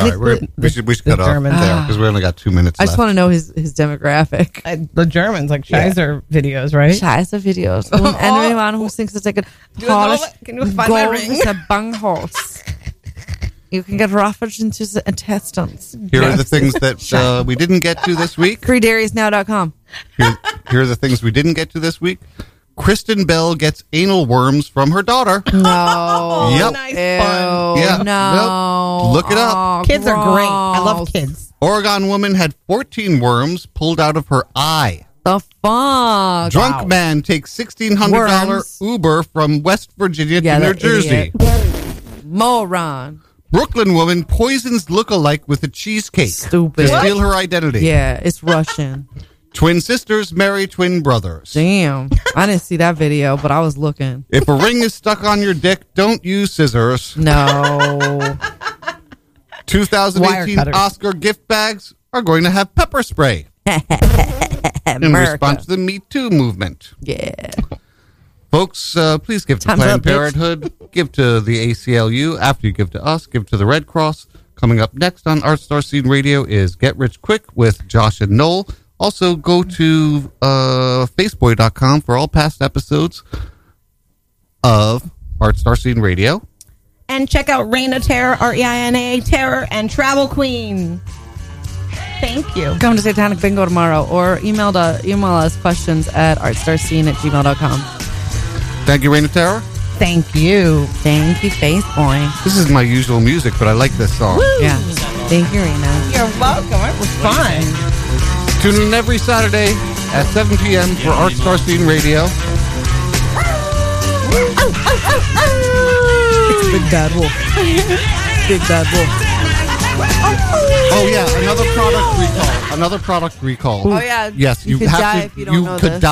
B: right, we're, we should we should cut off there
D: German-
B: because we only got two minutes
C: I
B: left.
C: just want to know his, his demographic.
D: Uh, the Germans like Scheiser videos, right?
C: Scheiße Videos. Und anyone who thinks that they could
D: you know
C: polish
D: what? Can you find my
C: gold
D: ring?
C: with a bunghorse. you can get roughage into the intestines.
B: here are the things that uh, we didn't get to this week.
C: Freedairiesnow.com.
B: Here, here are the things we didn't get to this week. Kristen Bell gets anal worms from her daughter.
C: No.
B: yep.
D: nice.
C: Ew,
B: Yeah.
C: No.
B: Nope. Look it up.
C: Oh,
D: Kids are great. I love
C: gross.
D: kids.
B: Oregon woman had 14 worms pulled out of her eye.
C: The fuck?
B: Drunk man takes $1,600
C: Worms.
B: Uber from West Virginia
C: Yeah,
B: to New
C: that
B: Jersey.
C: idiot. Moron.
B: Brooklyn woman poisons lookalike with a cheesecake
C: Stupid.
B: to steal her identity.
C: Yeah, it's Russian.
B: Twin sisters marry twin brothers.
C: Damn. I didn't see that video, but I was looking.
B: If a ring is stuck on your dick, don't use scissors.
C: No.
B: 2018
D: Wire cutters.
B: Oscar gift bags are going to have pepper spray in response to the Me Too movement.
C: Yeah.
B: Folks, uh, please give to
C: Time's
B: Planned
C: up, bitch.
B: Parenthood, give to the ACLU after you give to us, give to the Red Cross. Coming up next on Art Star Scene Radio is Get Rich Quick with Josh and Noel. Also, go to uh, faceboy.com for all past episodes of Art Star Scene Radio.
D: And check out Reina Terror, R E I N A Terror, and Travel Queen. Thank you.
C: Come to Satanic Bingo tomorrow or email, to, email us questions at artstarscene at gmail.com.
B: Thank you, Raina Terror.
D: Thank you.
C: Thank you, Facebook.
B: This is my usual music, but I like this song.
C: Yeah. Thank you, Rena.
D: You're welcome. It was fun.
B: Tune in every Saturday at 7 p.m. for Art Star Scene Radio.
C: Big bad wolf. Big bad wolf.
B: Oh yeah, another product recall. Another product recall.
C: Oh, yeah.
B: Yes,
C: You
B: you,
C: could
B: have
C: die
B: to.
C: if you don't know
B: could
C: this.
B: die